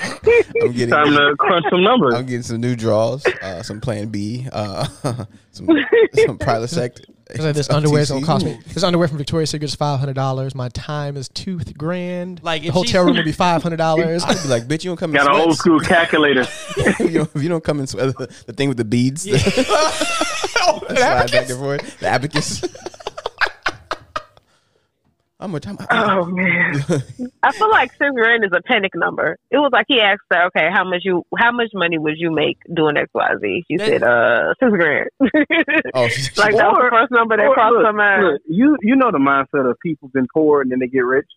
I'm getting Time to crunch some numbers. I'm getting some new draws, uh, some Plan B, uh, some some Prilosec. It's like this underwear is gonna OTC. cost me. This underwear from Victoria's Secret is five hundred dollars. My time is two th- grand. Like, the if hotel she's- room will be five hundred dollars. I'd be like, bitch, you don't come in Got an old sweats. school calculator. if, you don't, if you don't come in sweats, the, the thing with the beads, the, slide back and forth, the abacus. How much? How, Uh, how, Oh man, I feel like six grand is a panic number. It was like he asked her, "Okay, how much you, how much money would you make doing X, Y, Z?" She That- said, "Uh, six grand." oh, she, she, like that was the first number that Look, crossed look, her mind. look, you you know the mindset of people been poor and then they get rich.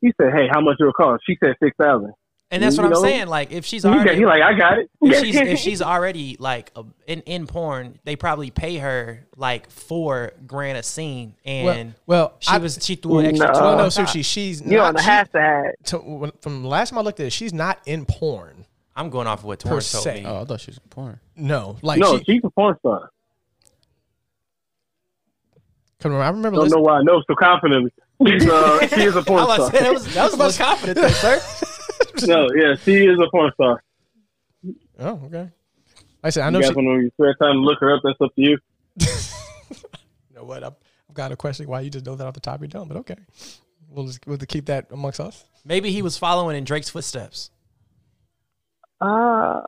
He said, "Hey, how much it'll cost?" She said six thousand. And that's what You I'm know? saying. Like if she's He got- already he like, "I got it." if she's if she's already like a, in in porn, they probably pay her like four grand a scene, well, and well, she I, was she threw an extra No. twelve. well, no, on top. sushi. She's you on not. the she- high side. to, when, from the last time I looked at it, she's not in porn I'm going off of what per Torrance told se. me. oh, I thought she was porn. No, like no, she, she's a porn star. come on, I remember. Don't know listening- why I know so confidently. She's, uh, she is a porn I was star. saying, that was that was the most confident thing, sir. No, yeah, she is a porn star. Oh, okay. Like I said I You know. guys She, want to spare time to look her up? That's up to you. you know what? I'm, I'm kind of questioning why you just know that off the top of your dome, but okay. We'll just we'll keep that amongst us. Maybe he was following in Drake's footsteps. Uh,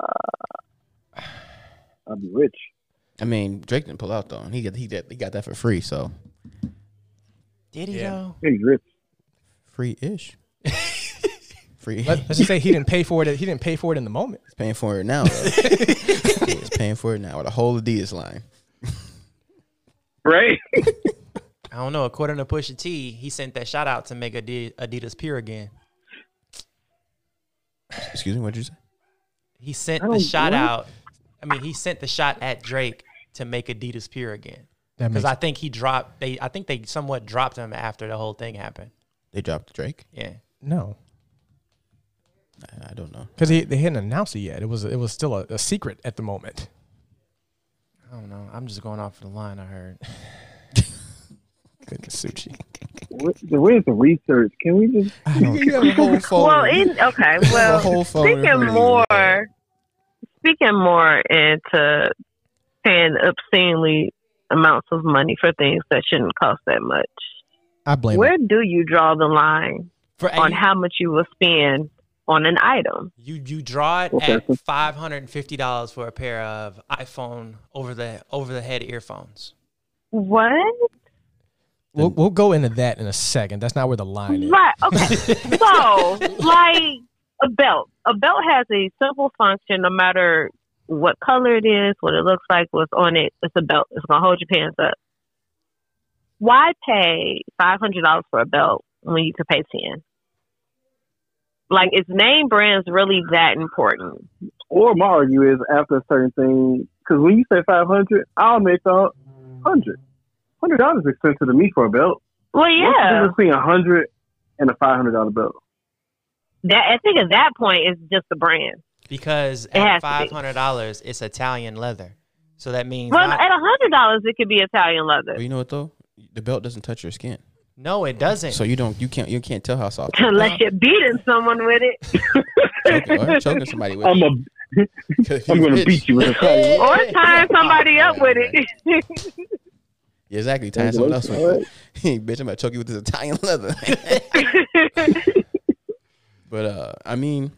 I'll be rich. I mean, Drake didn't pull out though, and he got he, got- he got that for free, so Did he Yeah. though? He's rich. free ish. free. Let, let's just say he didn't pay for it. He didn't pay for it in the moment. He's paying for it now. Though. He's paying for it now. The whole Adidas line. Right? I don't know. According to Pusha T, he sent that shout out to make Adi- Adidas pure again. Excuse me, what did you say? He sent I the Oh, don't- shot what? out. I mean, he sent the shot at Drake to make Adidas pure again. That Because I think he dropped. They, I think they somewhat dropped him after the whole thing happened. They dropped Drake. Yeah. no, I, I don't know. because they, they hadn't announced it yet. It was it was still a, a secret at the moment. I don't know. I'm just going off the line. I heard. Good sushi. Where- Where's the research? Can we just You have a whole phone. well, in, okay. a Well, whole phone. in front speaking of you. more speaking more into paying obscenely amounts of money for things that shouldn't cost that much I blame. where do you draw the line For on you, how much you will spend on an item you, you draw it Okay. at five hundred and fifty dollars for a pair of iPhone over the over the head earphones. what We'll, we'll go into that in a second. That's not where the line is. right okay so like a belt a belt has a simple function no matter what color it is what it looks like what's on it it's a belt it's going to hold your pants up why pay five hundred dollars for a belt when you could pay ten? Like, is name brands really that important? or my argument is after a certain thing, because when you say 500, I almost thought 100. $100 is expensive to me for a belt. Well, yeah, What's the difference between a 100 and a $500 belt? that I think at that point it's just the brand. Because has at to be. five hundred dollars, it's Italian leather. So that means Well, not- at a hundred dollars, it could be Italian But leather. you know what though? The belt doesn't touch your skin, no, it doesn't. so you don't. You can't. You can't tell how soft. Uh-huh. Unless you're beating someone with it, Choking, or choking somebody with. I'm it. a I'm gonna beat you with a phone. or tying somebody up with it. Yeah, exactly. Tying someone else with it. Hey, bitch, I'm about to choke you with this Italian leather. but uh, I mean,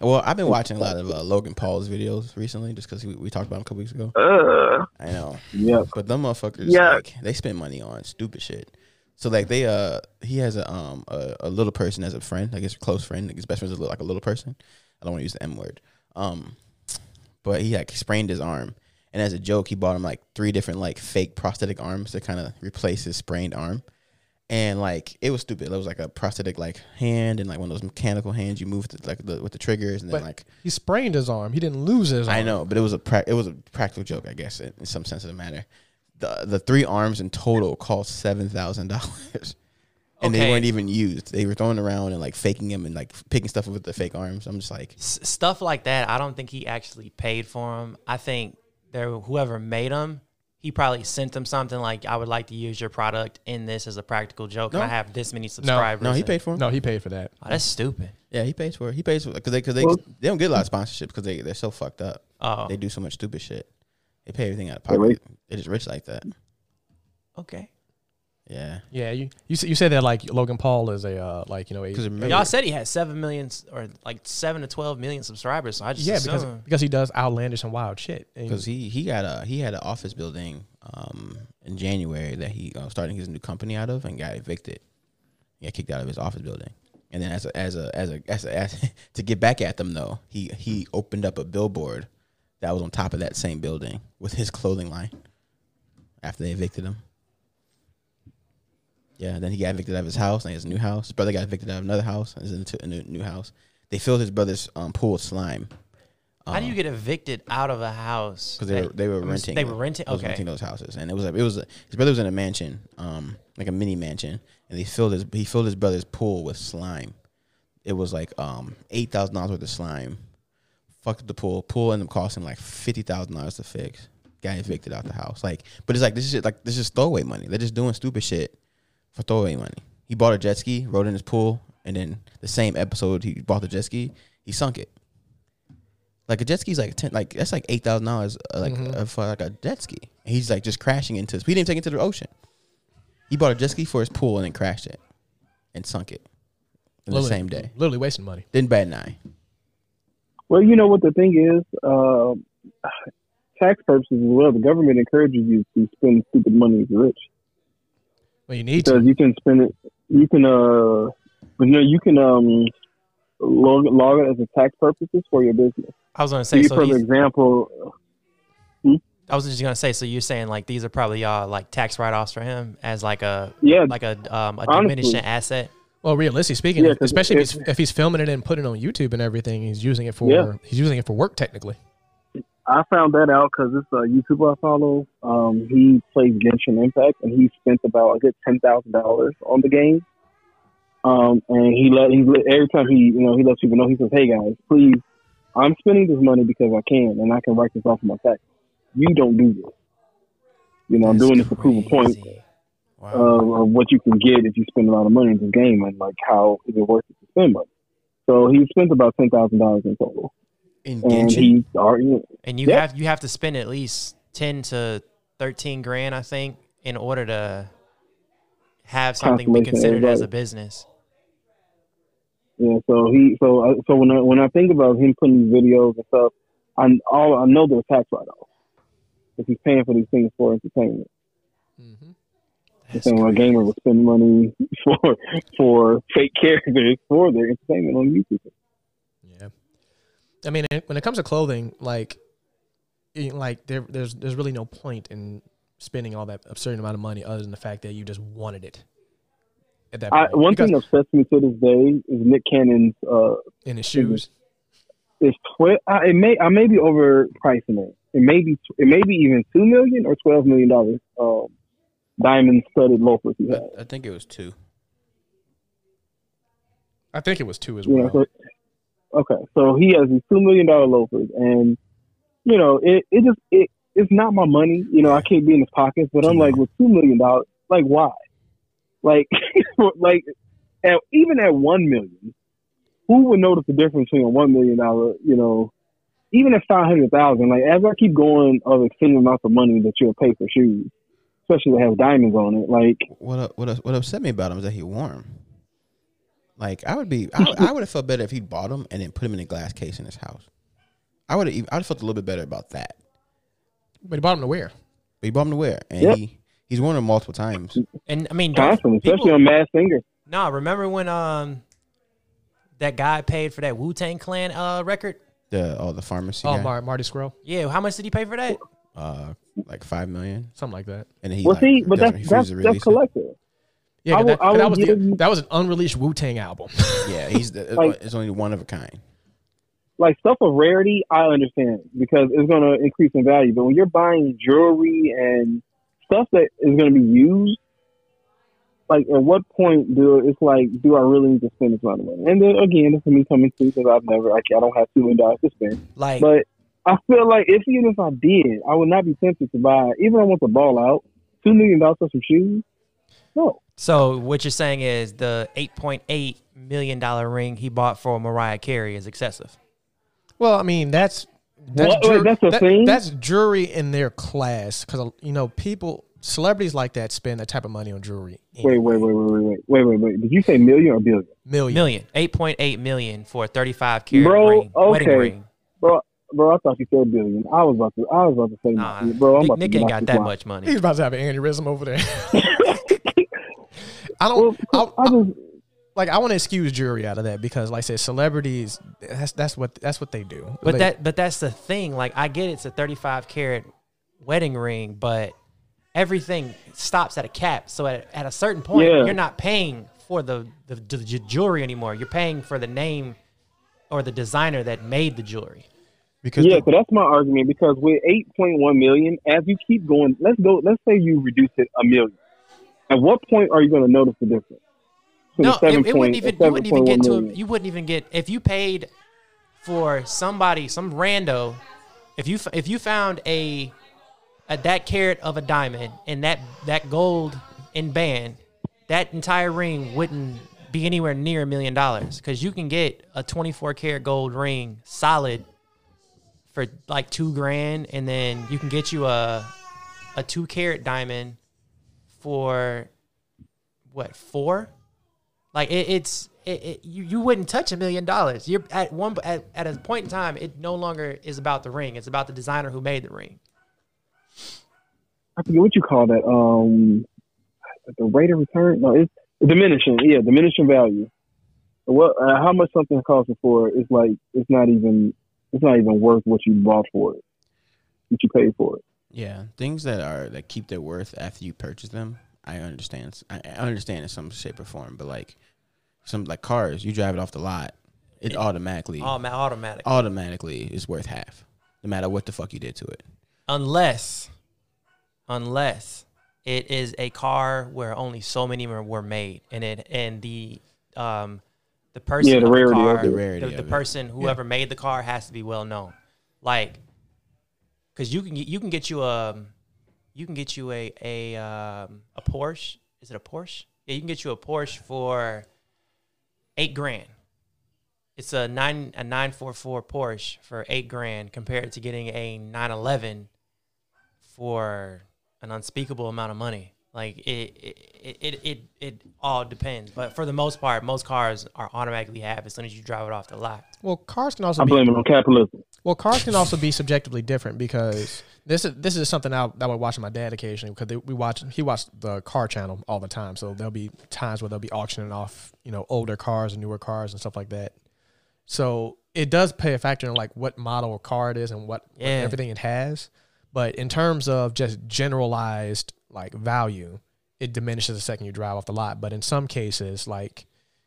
well, I've been watching a lot of uh, Logan Paul's videos recently, just because we, we talked about him a couple weeks ago. Uh, Ugh. I know, Yep. but them motherfuckers, Yuck. like, they spend money on stupid shit. So like they uh, he has a um a, a little person as a friend, like his close friend, like his best friend's a little, like a little person. I don't want to use the M word. Um, but he like sprained his arm, and as a joke, he bought him like three different like fake prosthetic arms to kind of replace his sprained arm. And like it was stupid. It was like a prosthetic like hand and like one of those mechanical hands you move with the, like the, with the triggers and then But- like He sprained his arm. He didn't lose his arm. I know, but it was a pra- it was a practical joke, I guess, in, in some sense of the matter. The the three arms in total cost seven thousand dollars, and they Okay. weren't even used. They were thrown around and like faking them and like picking stuff up with the fake arms. I'm just like, S- stuff like that. I don't think he actually paid for them. I think there whoever made them, he probably sent them something like, "I would like to use your product in this as a practical joke, and I have this many subscribers." no, he and- paid for them. No, he paid for that. Oh, that's stupid. Yeah, he pays for it. He pays for it because they because they, they don't get a lot of sponsorships because they they're so fucked up. Oh, They do so much stupid shit. They pay everything out of They're rich. pocket. They're just rich like that. okay. Yeah, Yeah, you you, s- you said that like Logan Paul is a uh, like you know a, because Y'all said he had seven million s- or like seven to twelve million subscribers. So I just yeah because assumed. because he does outlandish and wild shit. And because he he got a he had an office building um in January that he uh, starting his new company out of and got evicted. He got kicked out of his office building, and then as a as a as a as, a, as to get back at them though, he he opened up a billboard that was on top of that same building with his clothing line. After they evicted him. Yeah, then he got evicted out of his house and his new house. His brother got evicted out of another house and is into a new, new house. They filled his brother's um, pool with slime How do you get evicted out of a house? because uh, they that- were they were I'm just- renting. They were renting. they was Okay. renting those houses, and it was like it was his brother was in a mansion, um, like a mini mansion, and he filled his he filled his brother's pool with slime. It was like um eight thousand dollars worth of slime. Fucked the pool. Pool ended up costing like fifty thousand dollars to fix. Got evicted out the house. Like, but it's like this is like this is throwaway money. They're just doing stupid shit for throwaway money. He bought a jet ski, rode in his pool, and then the same episode he bought the jet ski, he sunk it. Like a jet ski's like ten, like that's like eight thousand dollars, like uh, for like a jet ski. And he's like just crashing into. He didn't take it to the ocean. He bought a jet ski for his pool and then crashed it, and sunk it in the literally- same day. literally wasting money. Then bad nine. Well, you know what the thing is, uh, tax purposes as well. The government encourages you to spend stupid money if you're rich Well, you need because to. you can spend it. You can, uh, but no, you can um, log log it as a tax purposes for your business. I was gonna say See, so. for these- example, I was just gonna say so. You're saying like these are probably uh, like tax write offs for him as like a yeah, like a um a Honestly. diminishing asset. Well, realistically speaking, Yeah, 'cause especially if if- he's, if he's filming it and putting it on YouTube and everything, he's using it for Yeah. he's using it for work technically. I found that out because this uh, YouTuber I follow, um, he plays Genshin Impact, and he spent about a good ten thousand dollars on the game. Um, and he let he let, every time he you know he lets people know he says, "Hey guys, please, I'm spending this money because I can, and I can write this off my tax. You don't do this. You know, I'm doing this to prove a point Uh, Crazy. of, of what you can get if you spend a lot of money in this game, and like how is it worth it to spend money." So he spent about ten thousand dollars in total, In and Genshin, he's already And you Yeah. have you have to spend at least ten to thirteen grand, I think, in order to have something be Calculation, considered as right. a business. Yeah, so he so I, so when I when I think about him putting these videos and stuff, I all I know they're tax write off because he's paying for these things for entertainment. Mm-hmm. The That's same way a gamer will spend money for for fake characters for their entertainment on YouTube. Yeah, I mean, it- when it comes to clothing, like, it- like there, there's there's really no point in spending all that absurd amount of money other than the fact that you just wanted it. At that I, point, one thing that Because- obsessed me to this day is Nick Cannon's. Uh, in his shoes, is tw- I, it may I may be overpricing it. It may be it may be even two million or twelve million dollars. Um, diamond studded loafers he had. I, I think it was two. I think it was two as You well. know, so, okay, so he has these two million dollar loafers, and you know, it it just it it's not my money. You know, I can't be in his pockets, but I'm like with two million dollars, like why? Like, like, at, even at one million, who would notice the difference between a one million dollar, you know, even at five hundred thousand, like as I keep going of extended amounts of money that you'll pay for shoes, especially that have diamonds on it, like What up- what up- what upset me about him is that he wore 'em. Like I would be, I, would- I would have felt better if he bought them and then put them in a glass case in his house. I would have, I would have felt a little bit better about that. But he bought them to wear. But he bought them to wear, and Yeah. he he's worn them multiple times. And I mean, don't- constantly, people- especially on Mass Singer. Nah, remember when um that guy paid for that Wu Tang Clan uh record? The all the pharmacy, Oh, guy, Mar- Marty Scroll, Yeah, how much did he pay for that? uh, like five million, something like that. and then he Well, like, see, but doesn't- that's he refuses that's, to that's release it. collective. Yeah, I 'cause will- that, I that will was give the, you- that was an unreleased Wu Tang album. Yeah, he's the, uh, Like- it's only one of a kind. Like stuff of rarity, I understand because it's going to increase in value. But when you're buying jewelry and stuff that is going to be used, like at what point do it's like, do I really need to spend this amount of money? And then again, this is me coming to because I've never, I, I don't have two million dollars to spend. Like, But I feel like if even if I did, I would not be tempted to buy. Even if I want to ball out, two million dollars for some shoes. No, so what you're saying is the 8.8 million dollar ring he bought for Mariah Carey is excessive. Well, I mean, that's that's What? Wait, jur- that's a that- thing? That's jewelry in their class because you know people, celebrities like that spend that type of money on jewelry. wait, wait, wait, wait, wait, wait, wait, wait, wait. Did you say million or billion? million. Million, 8.8 million for a 35 karat Bro, ring, wedding okay. ring. Bro, bro, I thought you said billion. I was about to, I was about to say, Nah, nah, bro, I'm Nick, about Nick to ain't knock got this that out. much money. He's about to have an aneurysm over there. I don't Well, I, I just, like. I want to excuse jewelry out of that because, like I said, celebrities. That's that's what that's what they do. But Like, that, but that's the thing. Like, I get it's a 35 karat wedding ring, but everything stops at a cap. So at, at a certain point, Yeah. you're not paying for the, the, the j- jewelry anymore. You're paying for the name or the designer that made the jewelry. Because yeah, so that's my argument because with 8.1 million, as you keep going, let's go, let's say you reduce it a million. At what point are you going to notice the difference? Between No, the it, it 7.1 wouldn't even. You wouldn't even get to. A, million. you wouldn't even get if you paid for somebody, some rando. If you f- if you found a, a that carat of a diamond and that that gold in band, that entire ring wouldn't be anywhere near a million dollars because you can get a 24 karat gold ring solid for like two grand, and then you can get you a a two carat diamond for what four? Like it, it's it, it, you you wouldn't touch a million dollars. You're at one at, at a point in time, it no longer is about the ring. It's about the designer who made the ring. I forget what you call that. Um, the rate of return? No, it's diminishing. Yeah, diminishing value. What? Uh, how much something costs before? It's like it's not even. It's not even worth what you bought for it. What you paid for it. Yeah, things that are that keep their worth after you purchase them. I understand. I I understand in some shape or form, but like some like cars, you drive it off the lot, it automatically Automa- automatic, automatically is worth half, no matter what the fuck you did to it. unless unless it is a car where only so many were, were made, and it and the um the person Yeah, the of rarity of car, it. The rarity the, of it. person whoever made the car has to be well known, like because you can get you can get you a you can get you a a um, a Porsche. Is it a Porsche? Yeah, you can get you a Porsche for eight grand. It's a nine a nine four four Porsche for eight grand compared to getting a nine eleven for an unspeakable amount of money. Like it it, it it it all depends. But for the most part, most cars are automatically half as soon as you drive it off the lot. well, cars can also I be blame it on capitalism. Well, cars can also be subjectively different because this is this is something I, I would watch with my dad occasionally because they, we watch he watched the car channel all the time. So there'll be times where they'll be auctioning off you know older cars and newer cars and stuff like that. So it does play a factor in like what model of car it is and what, what Yeah. everything it has. But in terms of just generalized like value, it diminishes the second you drive off the lot. But in some cases, like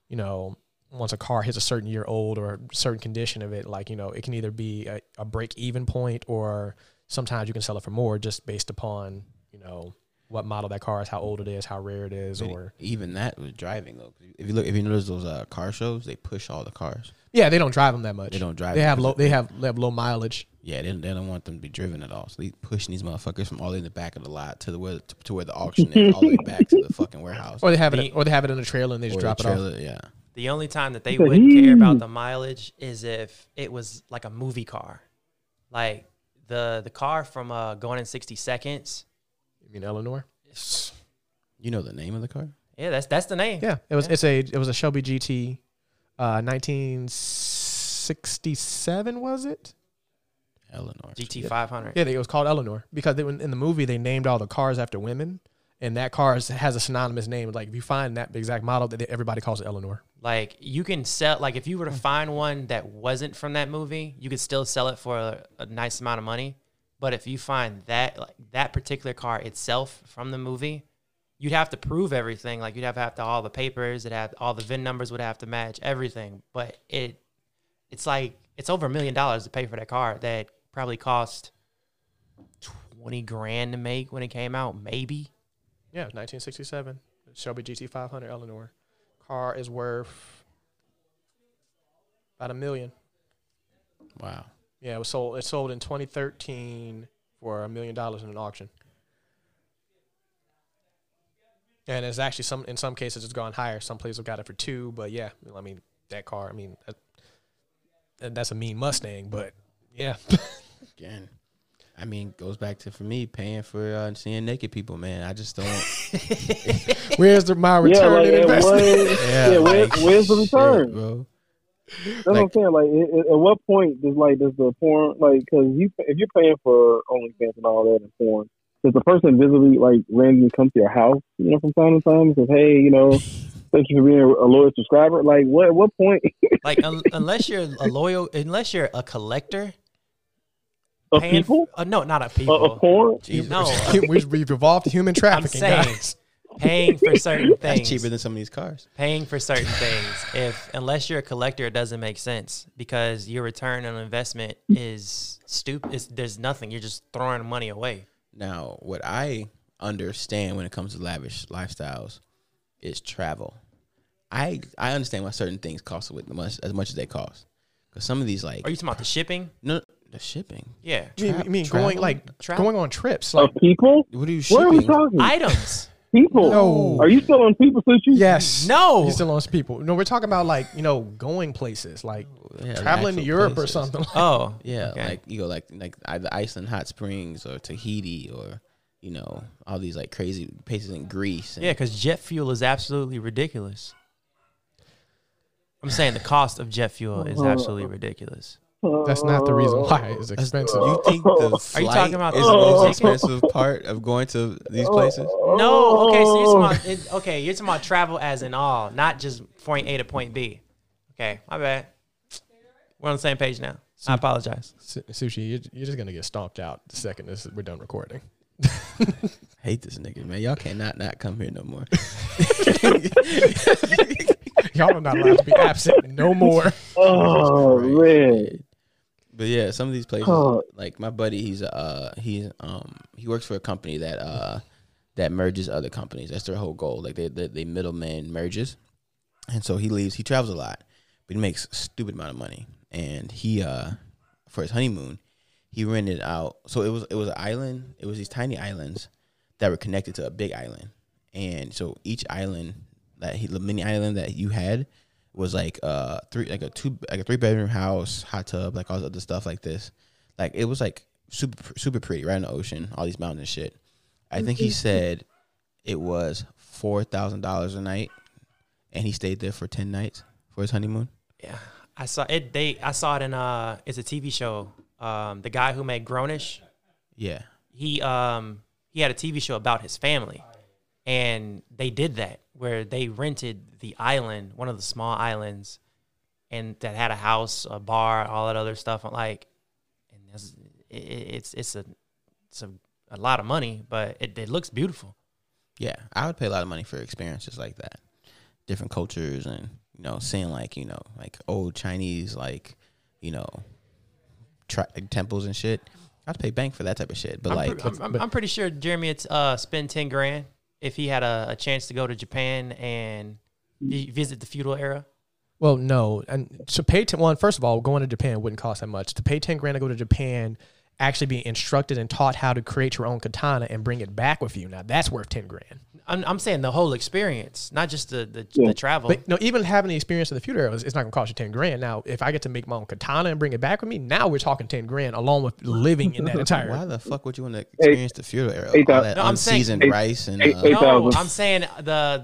you know, once a car hits a certain year old or a certain condition of it, like, you know, it can either be a, a break even point or sometimes you can sell it for more just based upon, you know, what model that car is, how old it is, how rare it is, or Even that was driving though. If you look, if you notice those uh, car shows, they push all the cars. yeah, they don't drive them that much. They don't drive They them have because low. They have they have low mileage. Yeah, they, they don't want them to be driven at all. So they pushing these motherfuckers from all the way in the back of the lot to the where to, where the auction is, all the way back to the fucking warehouse. Or they have it. Or they have it in a trailer and they just Or the drop it off. trailer, Yeah. The only time that they It's a wouldn't care huge- about the mileage is if it was like a movie car. Like the the car from uh, Gone in sixty seconds. You mean Eleanor? You know the name of the car? Yeah, that's that's the name. Yeah, it was. It's a. It was a Shelby GT, uh, nineteen sixty-seven. Was it? Eleanor. GT five hundred. Yeah, they, it was called Eleanor because they, when- in the movie they named all the cars after women, and that car is, has a synonymous name. Like if you find that exact model, that everybody calls it Eleanor. Like you can sell like if you were to find one that wasn't from that movie, you could still sell it for a, a nice amount of money. But if you find that like that particular car itself from the movie, you'd have to prove everything. Like you'd have to have to all the papers, it have all the VIN numbers would have to match everything. But it it's like it's over a million dollars to pay for that car that probably cost twenty grand to make when it came out, maybe. Yeah, 1967 Shelby GT 500 Eleanor. Car is worth about a million. Wow. Yeah, it was sold. It sold in 2013 for a million dollars in an auction. And it's actually some in some cases it's gone higher. Some places have got it for two, but yeah, I mean that car. I mean, that, and that's a mean Mustang, but yeah, Again. I mean, goes back to for me paying for uh, seeing naked people, man. I just don't. where's the, my Yeah, return like, on it investment? was, yeah, where, like, where's the shit, return? bro? That's what I'm saying. Like, at, at- at what point does like does the porn like because you if you're paying for OnlyFans and all that and porn, does the person visibly like randomly come to your house, you know, from time to time and says, "Hey, you know, thank you for being a loyal subscriber." Like, what at what point? Like un- unless you're a loyal, unless you're a collector, Of paying- people? uh, no, not a Uh, people. of porn? Jesus. No, uh, We've we've evolved to human I'm trafficking, saying guys. paying for certain That's things. cheaper than some of these cars. paying for certain things. If unless you're a collector, it doesn't make sense because your return on investment is stupid. It's, there's nothing. You're just throwing money away. Now, what I understand when it comes to lavish lifestyles is travel. I I understand why certain things cost with much as much as they cost. Because some of these like Are you talking about the shipping? no the shipping. Yeah, You mean, you mean Travel? going like Travel? going on trips? Of Like people? What are you shipping? What are we talking? items. people? No. Are you still on people since you? yes, No. you still on people. No, we're talking about like you know going places, like Yeah, like traveling to actual Europe or places. something. Like Oh, Yeah, okay. like you go like like either Iceland hot springs or Tahiti or you know all these like crazy places in Greece. And yeah, because jet fuel is absolutely ridiculous. I'm saying the cost of jet fuel is absolutely ridiculous. That's not the reason why it's that's- expensive. You think the Are you flight talking about is the the most ticket? expensive part of going to these places? No, okay, so you're talking about, it, okay, you're talking about travel as in all, not just point A to point B. Okay, my bad. We're on the same page now. I apologize. Su- Sushi, you're, you're just gonna get stomped out the second this we're done recording. hate this nigga, man. Y'all cannot not come here no more. Y'all are not allowed to be absent no more. Oh man. But yeah, some of these places, Huh. like my buddy, he's uh he's um he works for a company that uh that merges other companies. That's their whole goal. Like they they, they middleman merges, and so he leaves. He travels a lot, but he makes a stupid amount of money. And he uh for his honeymoon, he rented out. So it was it was an island. It was these tiny islands that were connected to a big island, and so each island that he the mini island that you had was like uh three like a two like a three bedroom house, hot tub, like all this other stuff like this. Like it was like super super pretty, right in the ocean, all these mountains and shit. I think he said it was four thousand dollars a night, and he stayed there for ten nights for his honeymoon. Yeah, I saw it. They I saw it in uh, it's a TV show. Um, the guy who made Grownish, Yeah, he um he had a TV show about his family, and they did that where they rented the island, one of the small islands, and that had a house, a bar, all that other stuff. Like, and that's, it, it's it's a it's a, a lot of money, but it, it looks beautiful. yeah. I would pay a lot of money for experiences like that, different cultures, and you know, seeing like you know like old Chinese like you know tri- temples and shit. I'd pay bank for that type of shit, but like I'm, pre- I'm- I'm, I'm pretty sure Jeremy would uh, spend ten grand if he had a, a chance to go to Japan and vi- visit the feudal era. Well, no, and to pay ten. One, first of all, going to Japan wouldn't cost that much. To pay ten grand to go to Japan, actually being instructed and taught how to create your own katana and bring it back with you. Now that's worth ten grand. I'm, I'm saying the whole experience, not just the the, Yeah. the travel. But no, even having the experience of the future arrows, it's not gonna cost you ten grand. Now, if I get to make my own katana and bring it back with me, now we're talking ten grand, along with living in that entire. Why the fuck would you want to experience the feudal era? Eight All thou- that No, I'm saying- unseasoned Eight- rice and eight- uh, eight- no, 8,000. I'm saying the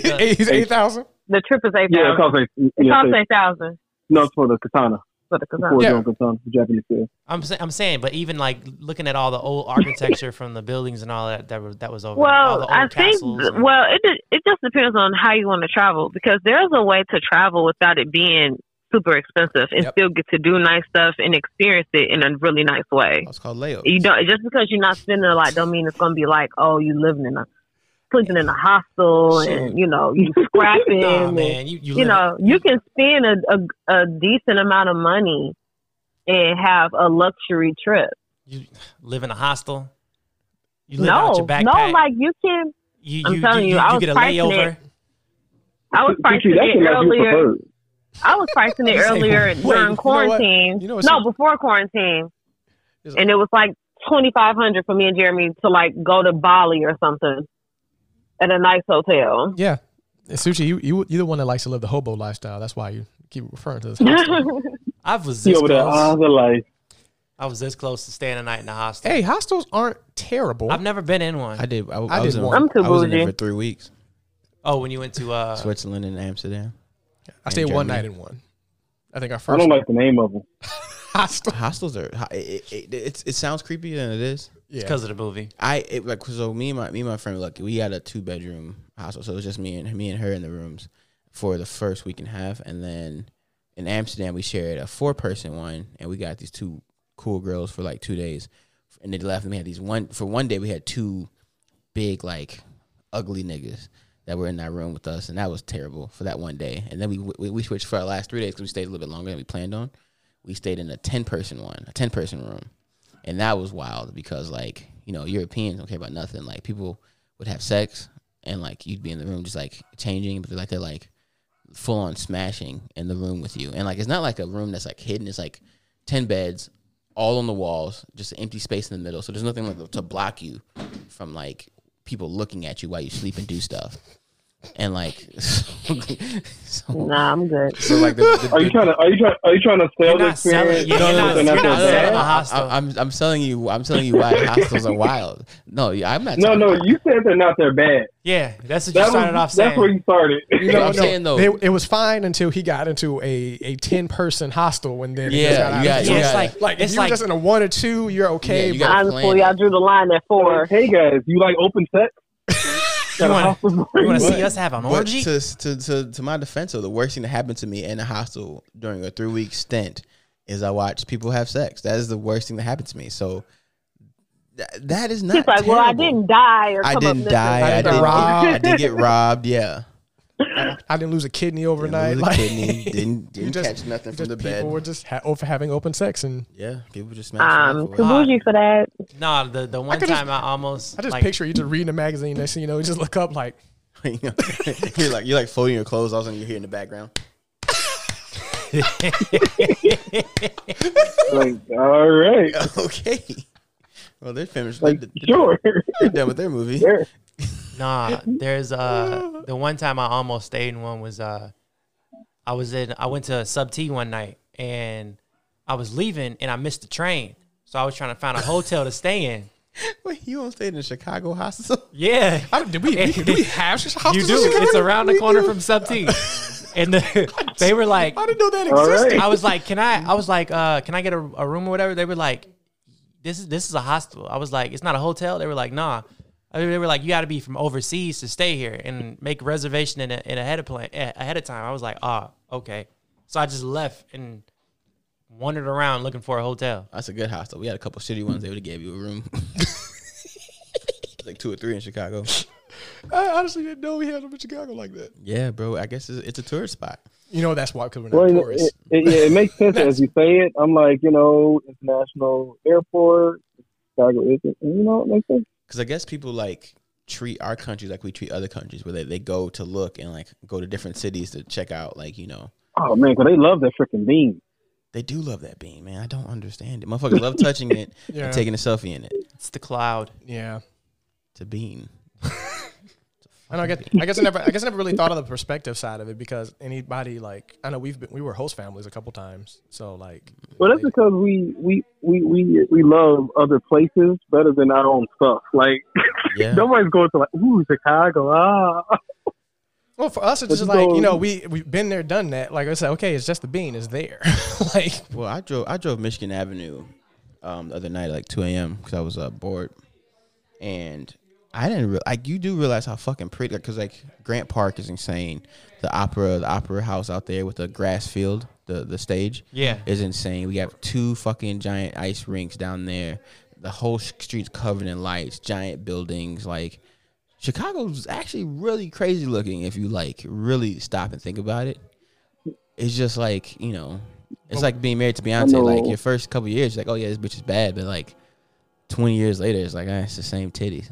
the Eight eight thousand. The trip is eight Yeah, it thousand. costs like yeah, It costs it's- eight thousand no, it's for the katana. for the Kazan. For Yeah. the katana, the Japanese field. I'm sa- I'm saying, but even like looking at all the old architecture from the buildings and all that that was that was over. there, all the old Well, I think castles and- well, it ju- it just depends on how you want to travel because there's a way to travel without it being super expensive and Yep. still get to do nice stuff and experience it in a really nice way. oh, it's called layovers. You don't just because you're not spending a lot don't mean it's gonna be like oh you living in a sleeping in a hostel and you know you scrapping Nah, and- man, you you, you live- know, you can spend a, a, a decent amount of money and have a luxury trip. you live in a hostel. You live No, out your no, backpack. like you can. you, I'm telling you, I was get a pricing layover. it. I was See, pricing that's it what I do earlier. prefer. I was pricing it You say, earlier wait, you know during what? quarantine. You know what's- no, before quarantine, It's- and it was like twenty five hundred for me and Jeremy to like go to Bali or something at a nice hotel. Yeah, and Sushi, you you you're the one that likes to live the hobo lifestyle. That's why you keep referring to this. Hostel. I was You this over there, eyes close. are like, I was this close to staying a night in a hostel. hey, hostels aren't terrible. I've never been in one. I did. I, I I, was did in, one. I'm too I was in there bougie. for three weeks. oh, when you went to uh, Switzerland and Amsterdam. I stayed one night Germany. in one. I think our first I don't like the name of them. hostel. Hostels are. hi- It, it, it, it sounds creepier than it is. Yeah. because of the movie. I it, like so me and my me and my friend lucky we had a two bedroom hostel so it was just me and me and her in the rooms for the first week and a half and then in Amsterdam we shared a four person one and we got these two cool girls for like two days and they left and we had these one for one day we had two big like ugly niggas that were in that room with us and that was terrible for that one day and then we we, we switched for our last three days because we stayed a little bit longer than we planned on we stayed in a ten person one a ten person room and that was wild because like you know Europeans don't care about nothing. Like people would have sex and like you'd be in the room just like changing, but they're like they're like full on smashing in the room with you. And like it's not like a room that's like hidden. It's like ten beds all on the walls, just an empty space in the middle. So there's nothing like to block you from like people looking at you while you sleep and do stuff. And like, so, Nah, I'm good. so like the, the, Are you trying to? Are you trying? Are you trying to sell You're the not experience? selling. You're No, no, not no, and no, you're that's no, not what's selling a bad? hostel. I, am I'm telling you I'm telling you why hostels are wild. No, I'm not. No, telling no, you. you said they're not that bad. Yeah, that's what you That started was, off that's where saying. you started. You know, I'm no, saying, though- they- it was fine until he got into a, a ten person hostel, and then it Yeah, just got out you of got- control. you got- like like it's if you were like- just in a one or two, you're okay. Yeah, you but gotta plan Honestly, it. I drew the line at four. hey guys, you like open sex? Got a wanna- hostile You want to boy? see us have an But orgy? to, to, to, to my defense, though, the worst thing that happened to me in a hostel during a three week stint is I watched people have sex. That is the worst thing that happened to me. So that, that is not. She's like, well, I terrible. didn't die or I come didn't up die. I I didn't, got get- robbed. I didn't get robbed. Yeah. I didn't lose a kidney overnight. Didn't lose a like, kidney, didn't- you didn't catch nothing from just the people bed. were just ha- over having open sex, and Yeah. People just smashing Um, um, too bougie for that. Nah, the the one could time just- I almost I just like, picture you just reading a magazine. Next thing you know, you just look up like You're like you're like folding your clothes. All of a sudden, you're here in the background. Like, all right, okay. Well, they're finished. like they're, sure. they're done with their movie. Sure. Nah, there's uh the one time I almost stayed in one was uh I was in I went to sub T one night and I was leaving and I missed the train. So I was trying to find a hotel to stay in. Wait, you don't stay in a Chicago hostel? Yeah. I don't, do we, we, do we have hostels? You in do. Chicago? It's around the We corner do. from sub T. And the, they were like I didn't know that All existed. right. I was like, "Can I?" I was like, uh, "Can I get a, a room or whatever?" They were like, "This is this is a hostel." I was like, "It's not a hotel." They were like, "Nah." I mean, they were like, "You got to be from overseas to stay here and make reservation in, a, in ahead of plan eh, ahead of time." I was like, "Ah, okay." So I just left and wandered around looking for a hotel. That's a good hostel. We had a couple shitty ones. They would have gave you a room. like two or three in Chicago. I honestly didn't know we had them in Chicago like that. Yeah, bro. I guess it's, it's a tourist spot. You know that's why because we're not Well, it, tourists. it, it, yeah, it makes sense as you say it. I'm like, you know, international airport, Chicago isn't. You know, it makes sense. Because I guess people like treat our countries like we treat other countries, where they, they go to look and like go to different cities to check out. Like you know, Oh man, 'cause they love that freaking bean. they do love that bean, man. I don't understand it. Motherfuckers love touching it Yeah. and taking a selfie in it. It's the cloud. yeah. It's a bean. I know. I guess, I guess I never. I guess I never really thought of the perspective side of it because anybody like I know we've been we were host families a couple times, so like Well, that's because we we we we we love other places better than our own stuff. Like Yeah. nobody's going to like ooh Chicago ah. Well, for us, it's But just you like know- you know we we've been there, done that. Like I said, okay, it's just the bean is there. like Well, I drove I drove Michigan Avenue um, the other night at like 2 a.m. because I was uh, bored, and I didn't re- like you do realize how fucking pretty because like Grant Park is insane. The opera, the opera house out there with the grass field, the the stage, Yeah. is insane. We have two fucking giant ice rinks down there. The whole sh- street's covered in lights, giant buildings. Like Chicago's actually really crazy looking if you like really stop and think about it. It's just like you know, it's like being married to Beyonce. know. Like your first couple years, like oh yeah, this bitch is bad, but like twenty years later, it's like ah, it's the same titties,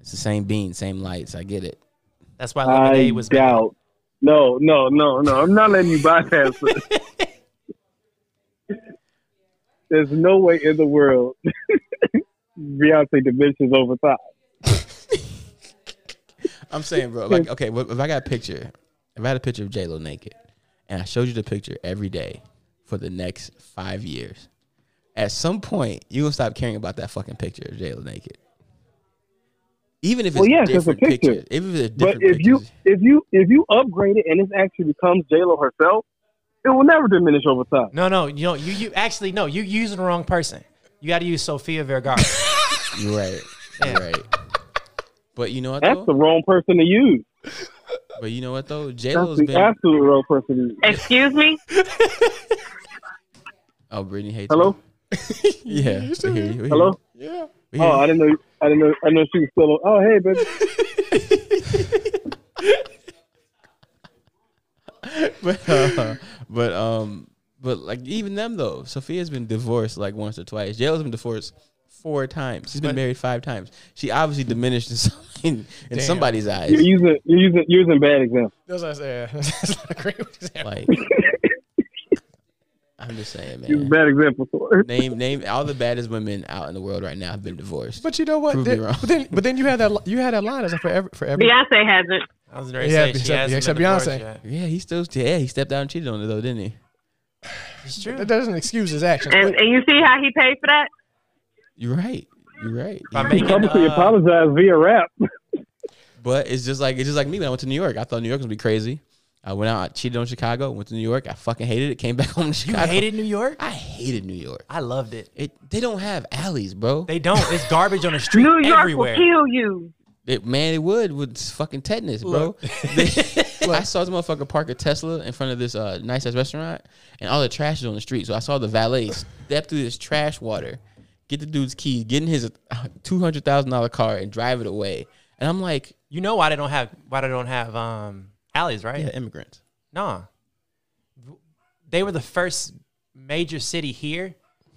it's the same bean, same lights. I get it. That's why I lemonade was bad. doubt. No, no, no, no. I'm not letting you bypass it. There's no way in the world Beyonce dimensions over top. I'm saying, bro. Like okay, wh- if I got a picture, if I had a picture of J Lo naked, and I showed you the picture every day for the next five years, at some point you gonna stop caring about that fucking picture of J Lo naked. Even if it's Well, yes, it's a different picture. pictures, even if it's different But if you pictures, if you if you upgrade it and it actually becomes J Lo herself, it will never diminish over time. No, no, you know, you you actually no, you using the wrong person. You got to use Sofia Vergara. you're right, you're right. But you know what? That's though? the wrong person to use. But you know what though, J That's Lo's the been. absolute wrong person to use. Excuse me? oh, Brittany hates. Hello? me. Yeah. we hear you, we hear Hello? you, we hear Oh, you. I didn't know. I didn't know. I know she was still. On. Oh, hey, baby. but uh, but um but like even them though, Sophia's been divorced like once or twice. JLo's been divorced four times. She's been married five times. She obviously diminished in, some, in, in somebody's You're eyes. using. You're using. You're using bad examples. that's what I said. That's not a great example. Like I'm just saying, man. Using bad examples. Name name all the baddest women out in the world right now have been divorced. But you know what? Prove me Then- wrong. but then but then you had that li- you had that line as a forever forever. Beyonce hasn't. I was ready to Yeah, say she except- hasn't except been divorced Beyonce. yet. yeah, he still yeah he stepped out and cheated on her though, didn't he? It's true. That doesn't excuse his actions. And, But and you see how he paid for that? You're right. You're right. By You- making, Publicly uh, apologize via rap. But it's just like it's just like me when I went to New York. I thought New York was gonna be crazy. I went out, I cheated on Chicago, went to New York. I fucking hated it. Came back home to You Chicago. hated New York? I hated New York. I loved it. It they don't have alleys, bro. They don't. It's garbage on the street New York everywhere. will kill you. It- man, it would with fucking tetanus, bro. Look. I saw this motherfucker park a Tesla in front of this uh, nice ass restaurant, and all the trash is on the street. So I saw the valet step through this trash water, get the dude's keys, get in his uh, two hundred thousand dollar car, and drive it away. And I'm like, You know why they don't have why they don't have um alleys, right? yeah, immigrants. Nah. They were the first major city here.